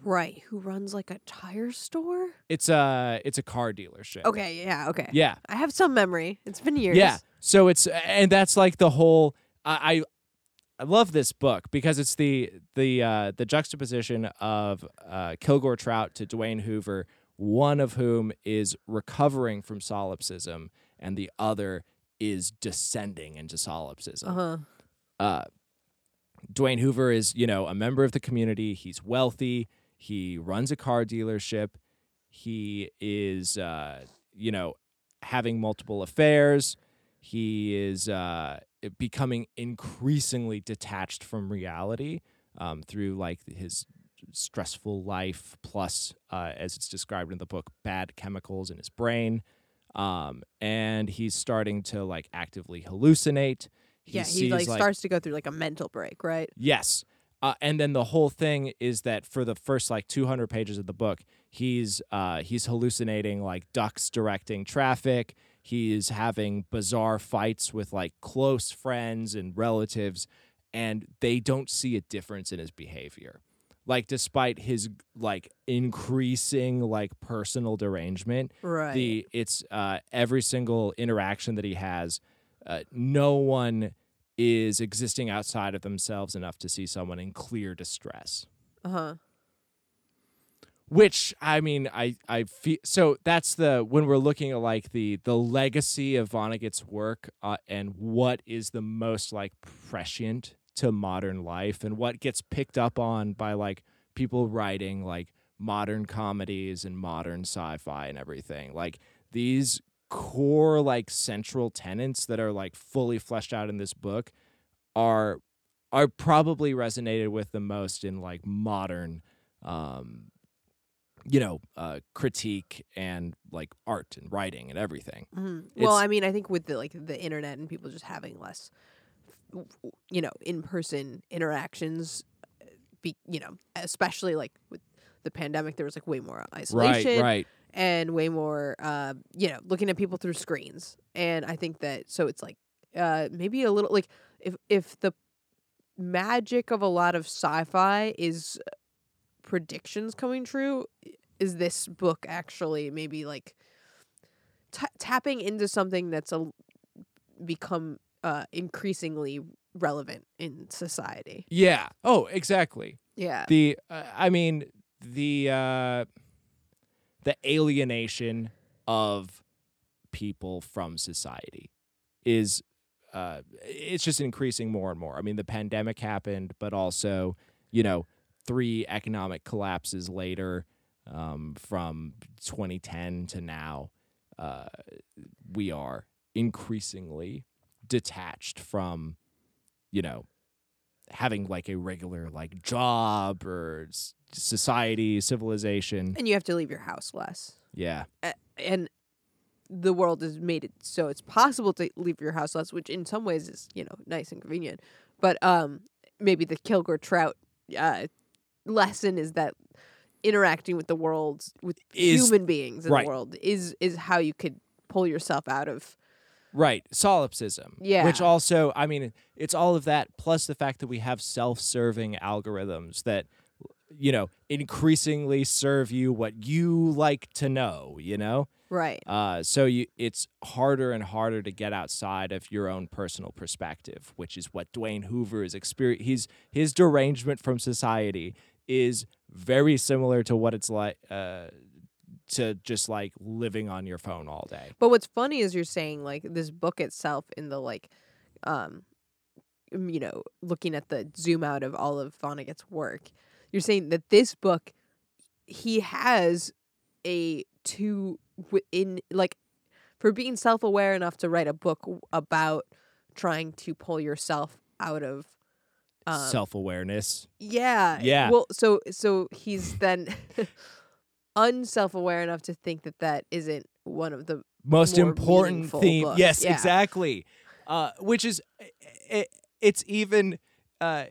[SPEAKER 1] right. Who runs like a tire store?
[SPEAKER 2] it's a it's a car dealership
[SPEAKER 1] Okay, yeah, okay.
[SPEAKER 2] yeah
[SPEAKER 1] I have some memory. It's been years.
[SPEAKER 2] Yeah. So it's and that's like the whole I I, I love this book because it's the the uh, the juxtaposition of uh, Kilgore Trout to Dwayne Hoover, one of whom is recovering from solipsism and the other is descending into solipsism.
[SPEAKER 1] Uh-huh.
[SPEAKER 2] Uh, Dwayne Hoover is, you know, a member of the community. He's wealthy. He runs a car dealership. He is, uh, you know, having multiple affairs. He is uh, becoming increasingly detached from reality um, through like his stressful life, plus, uh, as it's described in the book, bad chemicals in his brain. Um, and he's starting to like actively hallucinate.
[SPEAKER 1] yeah, he
[SPEAKER 2] sees,
[SPEAKER 1] like, starts to go through like a mental break, right?
[SPEAKER 2] Yes. Uh, and then the whole thing is that for the first like 200 pages of the book, he's uh, he's hallucinating like ducks directing traffic. He's having bizarre fights with like close friends and relatives, and they don't see a difference in his behavior. Like despite his like increasing like personal derangement,
[SPEAKER 1] Right.
[SPEAKER 2] the it's uh, every single interaction that he has uh, no one is existing outside of themselves enough to see someone in clear distress.
[SPEAKER 1] Uh huh.
[SPEAKER 2] Which I mean, I I feel so that's the when we're looking at like the the legacy of Vonnegut's work uh, and what is the most like prescient to modern life and what gets picked up on by like people writing like modern comedies and modern sci-fi and everything like these core like central tenets that are like fully fleshed out in this book are are probably resonated with the most in like modern um you know uh critique and like art and writing and everything
[SPEAKER 1] hmm Well,
[SPEAKER 2] It's-
[SPEAKER 1] I mean, I think with the like the internet and people just having less, you know, in person interactions, uh, be you know, especially like with the pandemic, there was like way more isolation.
[SPEAKER 2] right right
[SPEAKER 1] and way more uh, you know looking at people through screens and i think that so it's like uh, maybe a little like if if the magic of a lot of sci-fi is uh, predictions coming true is this book actually maybe like ta tapping into something that's a become uh, increasingly relevant in society
[SPEAKER 2] yeah oh exactly
[SPEAKER 1] yeah
[SPEAKER 2] the uh, i mean the uh the alienation of people from society is uh it's just increasing more and more i mean the pandemic happened but also you know three economic collapses later um from 2010 to now uh we are increasingly detached from you know having like a regular like job or s- society civilization
[SPEAKER 1] and you have to leave your house less
[SPEAKER 2] yeah
[SPEAKER 1] a- and the world has made it so it's possible to leave your house less, which in some ways is you know nice and convenient. But um, maybe the Kilgore Trout uh, lesson is that interacting with the world with
[SPEAKER 2] Is-
[SPEAKER 1] human beings in
[SPEAKER 2] right.
[SPEAKER 1] the world is is how you could pull yourself out of
[SPEAKER 2] right solipsism
[SPEAKER 1] Yeah.
[SPEAKER 2] which also i mean it's all of that plus the fact that we have self-serving algorithms that you know increasingly serve you what you like to know you know
[SPEAKER 1] right.
[SPEAKER 2] Uh, so you, it's harder and harder to get outside of your own personal perspective, which is what Dwayne Hoover is experiencing. His his derangement from society is very similar to what it's like uh, to just like living on your phone all day.
[SPEAKER 1] But what's funny is you're saying like this book itself in the like um m- you know, looking at the zoom out of all of Vonnegut's work, you're saying that this book he has a two wi- in like for being self-aware enough to write a book w- about trying to pull yourself out of um,
[SPEAKER 2] Self awareness.
[SPEAKER 1] yeah.
[SPEAKER 2] Yeah.
[SPEAKER 1] Well, so so he's then [laughs] unself-aware enough to think that that isn't one of the
[SPEAKER 2] most
[SPEAKER 1] more
[SPEAKER 2] important
[SPEAKER 1] meaningful
[SPEAKER 2] theme.
[SPEAKER 1] books.
[SPEAKER 2] Yes,
[SPEAKER 1] Yeah.
[SPEAKER 2] exactly. Uh, which is, it, it's even uh,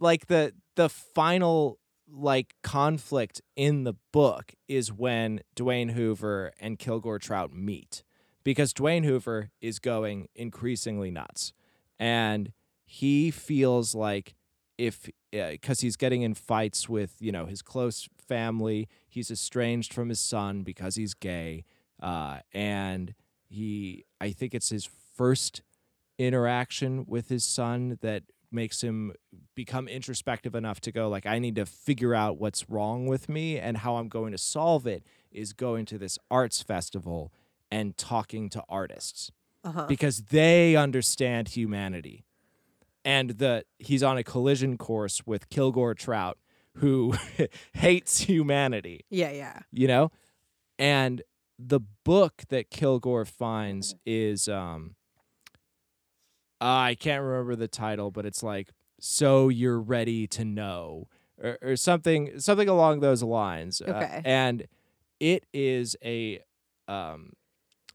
[SPEAKER 2] like the the final like conflict in the book is when Dwayne Hoover and Kilgore Trout meet because Dwayne Hoover is going increasingly nuts and he feels like if because he's getting in fights with you know his close family he's estranged from his son because he's gay uh, and he i think it's his first interaction with his son that makes him become introspective enough to go like i need to figure out what's wrong with me and how i'm going to solve it is going to this arts festival and talking to artists
[SPEAKER 1] uh-huh.
[SPEAKER 2] because they understand humanity. And the he's on a collision course with Kilgore Trout, who [laughs] hates humanity,
[SPEAKER 1] yeah, yeah.
[SPEAKER 2] you know? And the book that Kilgore finds
[SPEAKER 1] Mm-hmm.
[SPEAKER 2] is um I can't remember the title, but it's like So You're Ready to Know or, or something something along those lines. Uh,
[SPEAKER 1] Okay.
[SPEAKER 2] and it is a um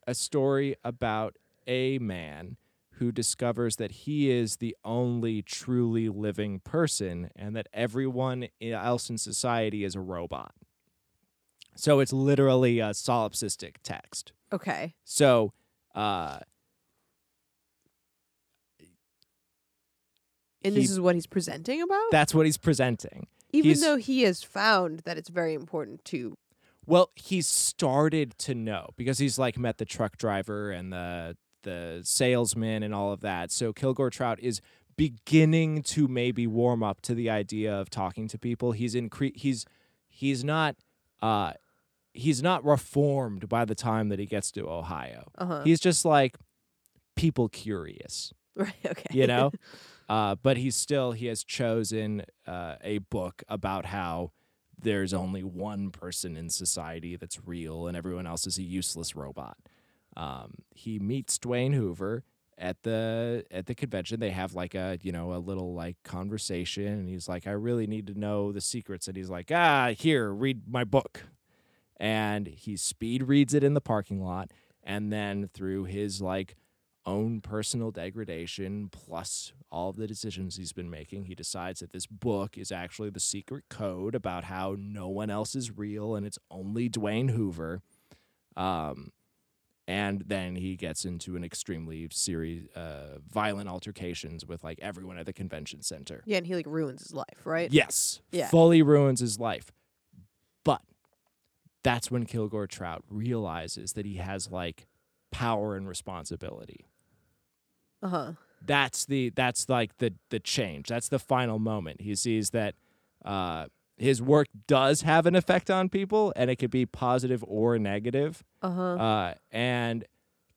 [SPEAKER 2] a story about a man who discovers that he is the only truly living person and that everyone e-, else in society is a robot. So it's literally a solipsistic text.
[SPEAKER 1] Okay.
[SPEAKER 2] So, uh,
[SPEAKER 1] And
[SPEAKER 2] he-
[SPEAKER 1] this is what he's presenting about?
[SPEAKER 2] that's what he's presenting.
[SPEAKER 1] Even
[SPEAKER 2] he's-
[SPEAKER 1] though he has found that it's very important to.
[SPEAKER 2] Well, he started to know because he's like met the truck driver and the the salesman and all of that. So Kilgore Trout is beginning to maybe warm up to the idea of talking to people. He's incre- he's he's not uh he's not reformed by the time that he gets to Ohio.
[SPEAKER 1] Uh huh.
[SPEAKER 2] He's just like people curious
[SPEAKER 1] [laughs] Right. Okay.
[SPEAKER 2] you know uh, but he's still he has chosen uh, a book about how there's only one person in society that's real and everyone else is a useless robot um, he meets dwayne hoover at the at the convention they have like a you know a little like conversation and he's like i really need to know the secrets and he's like ah here read my book and he speed reads it in the parking lot and then through his like own personal degradation plus all of the decisions he's been making he decides that this book is actually the secret code about how no one else is real and it's only Dwayne Hoover um and then he gets into an extremely serious uh, violent altercations with like everyone at the convention center
[SPEAKER 1] [laughs] Yeah, and he like ruins his life, right?
[SPEAKER 2] Yes.
[SPEAKER 1] Yeah.
[SPEAKER 2] Fully ruins his life. But that's when Kilgore Trout realizes that he has like power and responsibility.
[SPEAKER 1] Uh huh.
[SPEAKER 2] That's the that's like the the change. That's the final moment. He sees that uh his work does have an effect on people and it could be positive or negative.
[SPEAKER 1] Uh huh.
[SPEAKER 2] Uh, and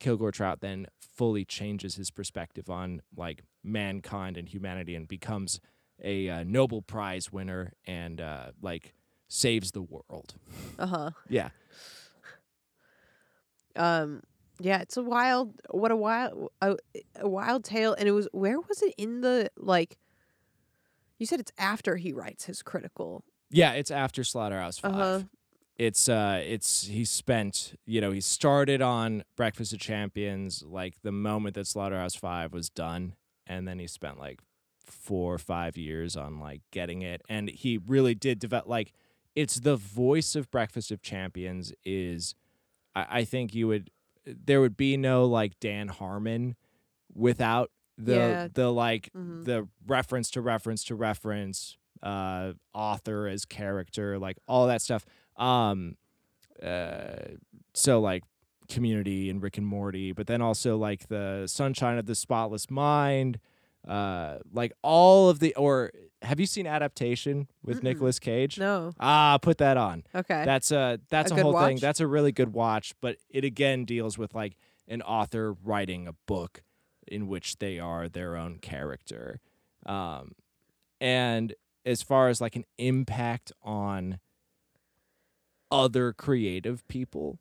[SPEAKER 2] Kilgore Trout then fully changes his perspective on like mankind and humanity and becomes a uh, Nobel Prize winner and uh, like saves the world.
[SPEAKER 1] Uh huh.
[SPEAKER 2] Yeah.
[SPEAKER 1] Um. Yeah, it's a wild. What a wild. A, a wild tale. And it was. Where was it in the like? You said it's after he writes his critical.
[SPEAKER 2] Yeah, it's after Slaughterhouse 5
[SPEAKER 1] Uh-huh.
[SPEAKER 2] It's uh it's he spent, you know, he started on Breakfast of Champions like the moment that Slaughterhouse 5 was done and then he spent like 4 or 5 years on like getting it and he really did develop like it's the voice of Breakfast of Champions is I, I think you would there would be no like Dan Harmon without the
[SPEAKER 1] Yeah.
[SPEAKER 2] the like
[SPEAKER 1] Mhm.
[SPEAKER 2] the reference to reference to reference uh author as character like all that stuff um uh so like community and rick and morty but then also like the sunshine of the spotless mind uh like all of the or have you seen adaptation with
[SPEAKER 1] Mm-mm.
[SPEAKER 2] nicolas cage
[SPEAKER 1] No.
[SPEAKER 2] ah put that on
[SPEAKER 1] Okay.
[SPEAKER 2] that's a that's
[SPEAKER 1] A
[SPEAKER 2] a,
[SPEAKER 1] good
[SPEAKER 2] whole thing.
[SPEAKER 1] watch?
[SPEAKER 2] That's a really good watch, but it again deals with like an author writing a book in which they are their own character. Um and as far as like an impact on other creative people,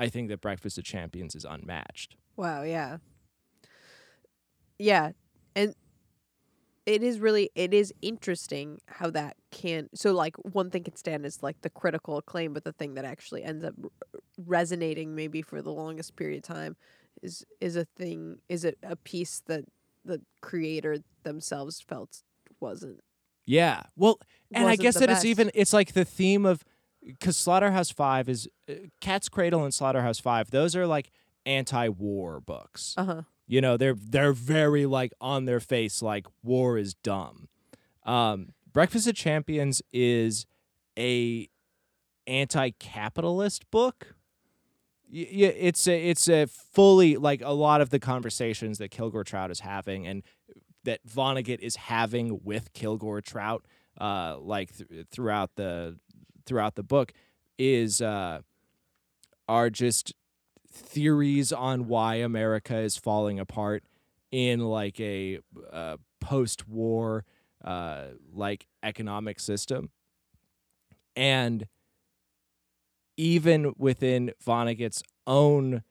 [SPEAKER 2] I think that Breakfast of Champions is unmatched.
[SPEAKER 1] Wow, yeah. Yeah. And it is really it is interesting how that can so like one thing can stand as like the critical acclaim but the thing that actually ends up r- resonating maybe for the longest period of time is is a thing is it a piece that the creator themselves felt wasn't
[SPEAKER 2] Yeah. Well, and I
[SPEAKER 1] wasn't
[SPEAKER 2] guess
[SPEAKER 1] the
[SPEAKER 2] that
[SPEAKER 1] best.
[SPEAKER 2] it's even it's like the theme of because Slaughterhouse Five is uh, Cat's Cradle and Slaughterhouse Five. Those are like anti-war books.
[SPEAKER 1] uh-huh
[SPEAKER 2] You know, they're they're very like on their face, like war is dumb. Um, Breakfast of Champions is a anti-capitalist book. Y- Yeah, it's a it's a fully like a lot of the conversations that Kilgore Trout is having and that Vonnegut is having with Kilgore Trout, uh, like th- throughout the throughout the book, is uh, are just theories on why America is falling apart in like a uh, post-war uh, like economic system, and even within Vonnegut's own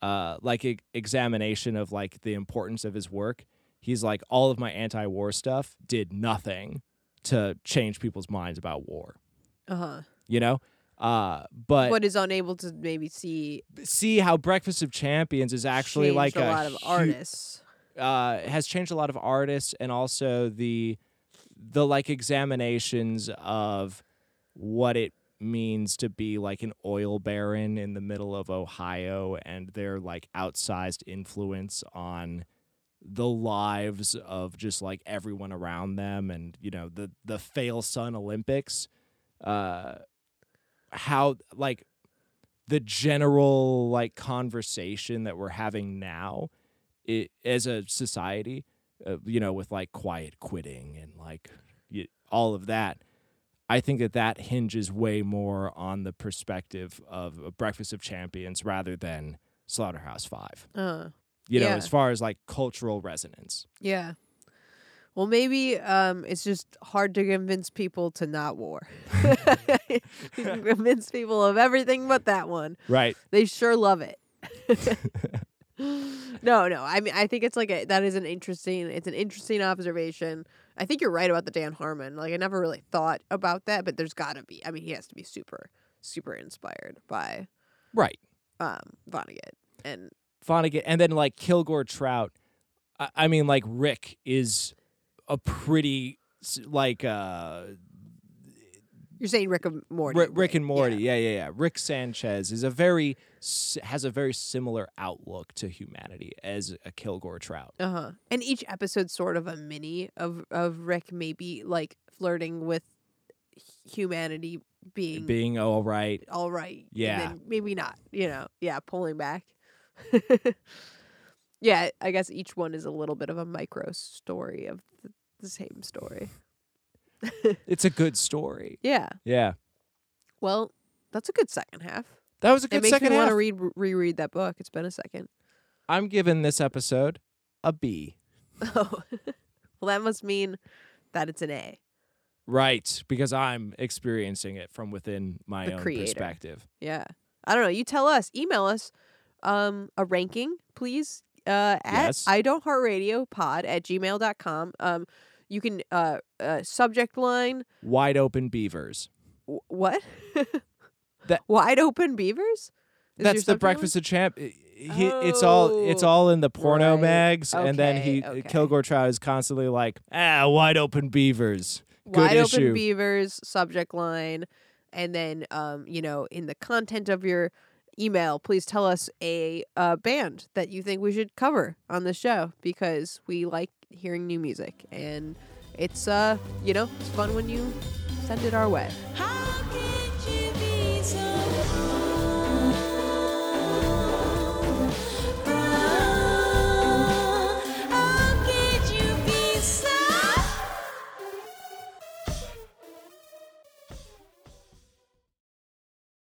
[SPEAKER 2] uh, like e- examination of like the importance of his work, he's like all of my anti-war stuff did nothing to change people's minds about war.
[SPEAKER 1] uh-huh
[SPEAKER 2] You know. Uh, but
[SPEAKER 1] but is unable to maybe see
[SPEAKER 2] see how Breakfast of Champions is actually
[SPEAKER 1] changed
[SPEAKER 2] like
[SPEAKER 1] a, lot of
[SPEAKER 2] hu-
[SPEAKER 1] artists
[SPEAKER 2] Uh, has changed a lot of artists and also the the like examinations of what it means to be like an oil baron in the middle of Ohio and their like outsized influence on the lives of just like everyone around them and you know the the fail sun olympics uh how like the general like conversation that we're having now it, as a society, uh, you know, with like quiet quitting and like y all of that. I think that that hinges way more on the perspective of a Breakfast of Champions rather than Slaughterhouse Five.
[SPEAKER 1] Uh,
[SPEAKER 2] You know,
[SPEAKER 1] Yeah.
[SPEAKER 2] as far as like cultural resonance.
[SPEAKER 1] yeah. Well, maybe um, it's just hard to convince people to not war. [laughs] you can convince people of everything but that one.
[SPEAKER 2] Right.
[SPEAKER 1] They sure love it. [laughs] no, no. I mean, I think it's like a, that is an interesting. It's an interesting observation. I think you're right about the Dan Harmon. Like I never really thought about that, but there's got to be. I mean, he has to be super, super inspired by
[SPEAKER 2] Right.
[SPEAKER 1] um Vonnegut. And
[SPEAKER 2] Vonnegut and then like Kilgore Trout. I, I mean, like Rick is a pretty s- like uh
[SPEAKER 1] you're saying Rick and Morty.
[SPEAKER 2] Ri- Rick
[SPEAKER 1] right?
[SPEAKER 2] and Morty.
[SPEAKER 1] Yeah.
[SPEAKER 2] Yeah. yeah, yeah, Rick Sanchez is a very s- has a very similar outlook to humanity as a Kilgore Trout.
[SPEAKER 1] Uh huh. And each episode's sort of a mini of of Rick maybe like flirting with humanity being,
[SPEAKER 2] Being all right.
[SPEAKER 1] all right. and
[SPEAKER 2] Yeah.
[SPEAKER 1] then maybe not. You know. Yeah. Pulling back. [laughs] yeah. I guess each one is a little bit of a micro story of the, the same story.
[SPEAKER 2] It's a good story.
[SPEAKER 1] Yeah.
[SPEAKER 2] Yeah.
[SPEAKER 1] Well, that's a good second half.
[SPEAKER 2] That was a
[SPEAKER 1] It
[SPEAKER 2] good
[SPEAKER 1] makes me
[SPEAKER 2] second
[SPEAKER 1] want
[SPEAKER 2] half.
[SPEAKER 1] to read reread that book. It's been a second. [laughs]
[SPEAKER 2] I'm giving this episode a B.
[SPEAKER 1] Oh. [laughs] well, that must mean that it's an A.
[SPEAKER 2] Right, because I'm experiencing it from within my
[SPEAKER 1] The
[SPEAKER 2] own
[SPEAKER 1] creator.
[SPEAKER 2] perspective.
[SPEAKER 1] Yeah. I don't know. You tell us. Email us um, a ranking, please, uh, at
[SPEAKER 2] Yes.
[SPEAKER 1] I don't heart radio pod at gmail.com. Um, you can, uh, uh, subject line,
[SPEAKER 2] Wide open beavers.
[SPEAKER 1] w- what?
[SPEAKER 2] That-
[SPEAKER 1] [laughs] Wide open beavers? Is your
[SPEAKER 2] That's the
[SPEAKER 1] subject line?
[SPEAKER 2] breakfast of champ. He, it's all it's all in the porno
[SPEAKER 1] right.
[SPEAKER 2] mags, and then
[SPEAKER 1] Okay,
[SPEAKER 2] he
[SPEAKER 1] okay.
[SPEAKER 2] Kilgore Trout is constantly like, ah, wide open beavers. Good
[SPEAKER 1] Wide
[SPEAKER 2] issue.
[SPEAKER 1] open beavers, subject line. And then, um, you know, in the content of your email, please tell us a uh, band that you think we should cover on the show because we like hearing new music. And it's, uh, you know, it's fun when you send it our way.
[SPEAKER 3] How can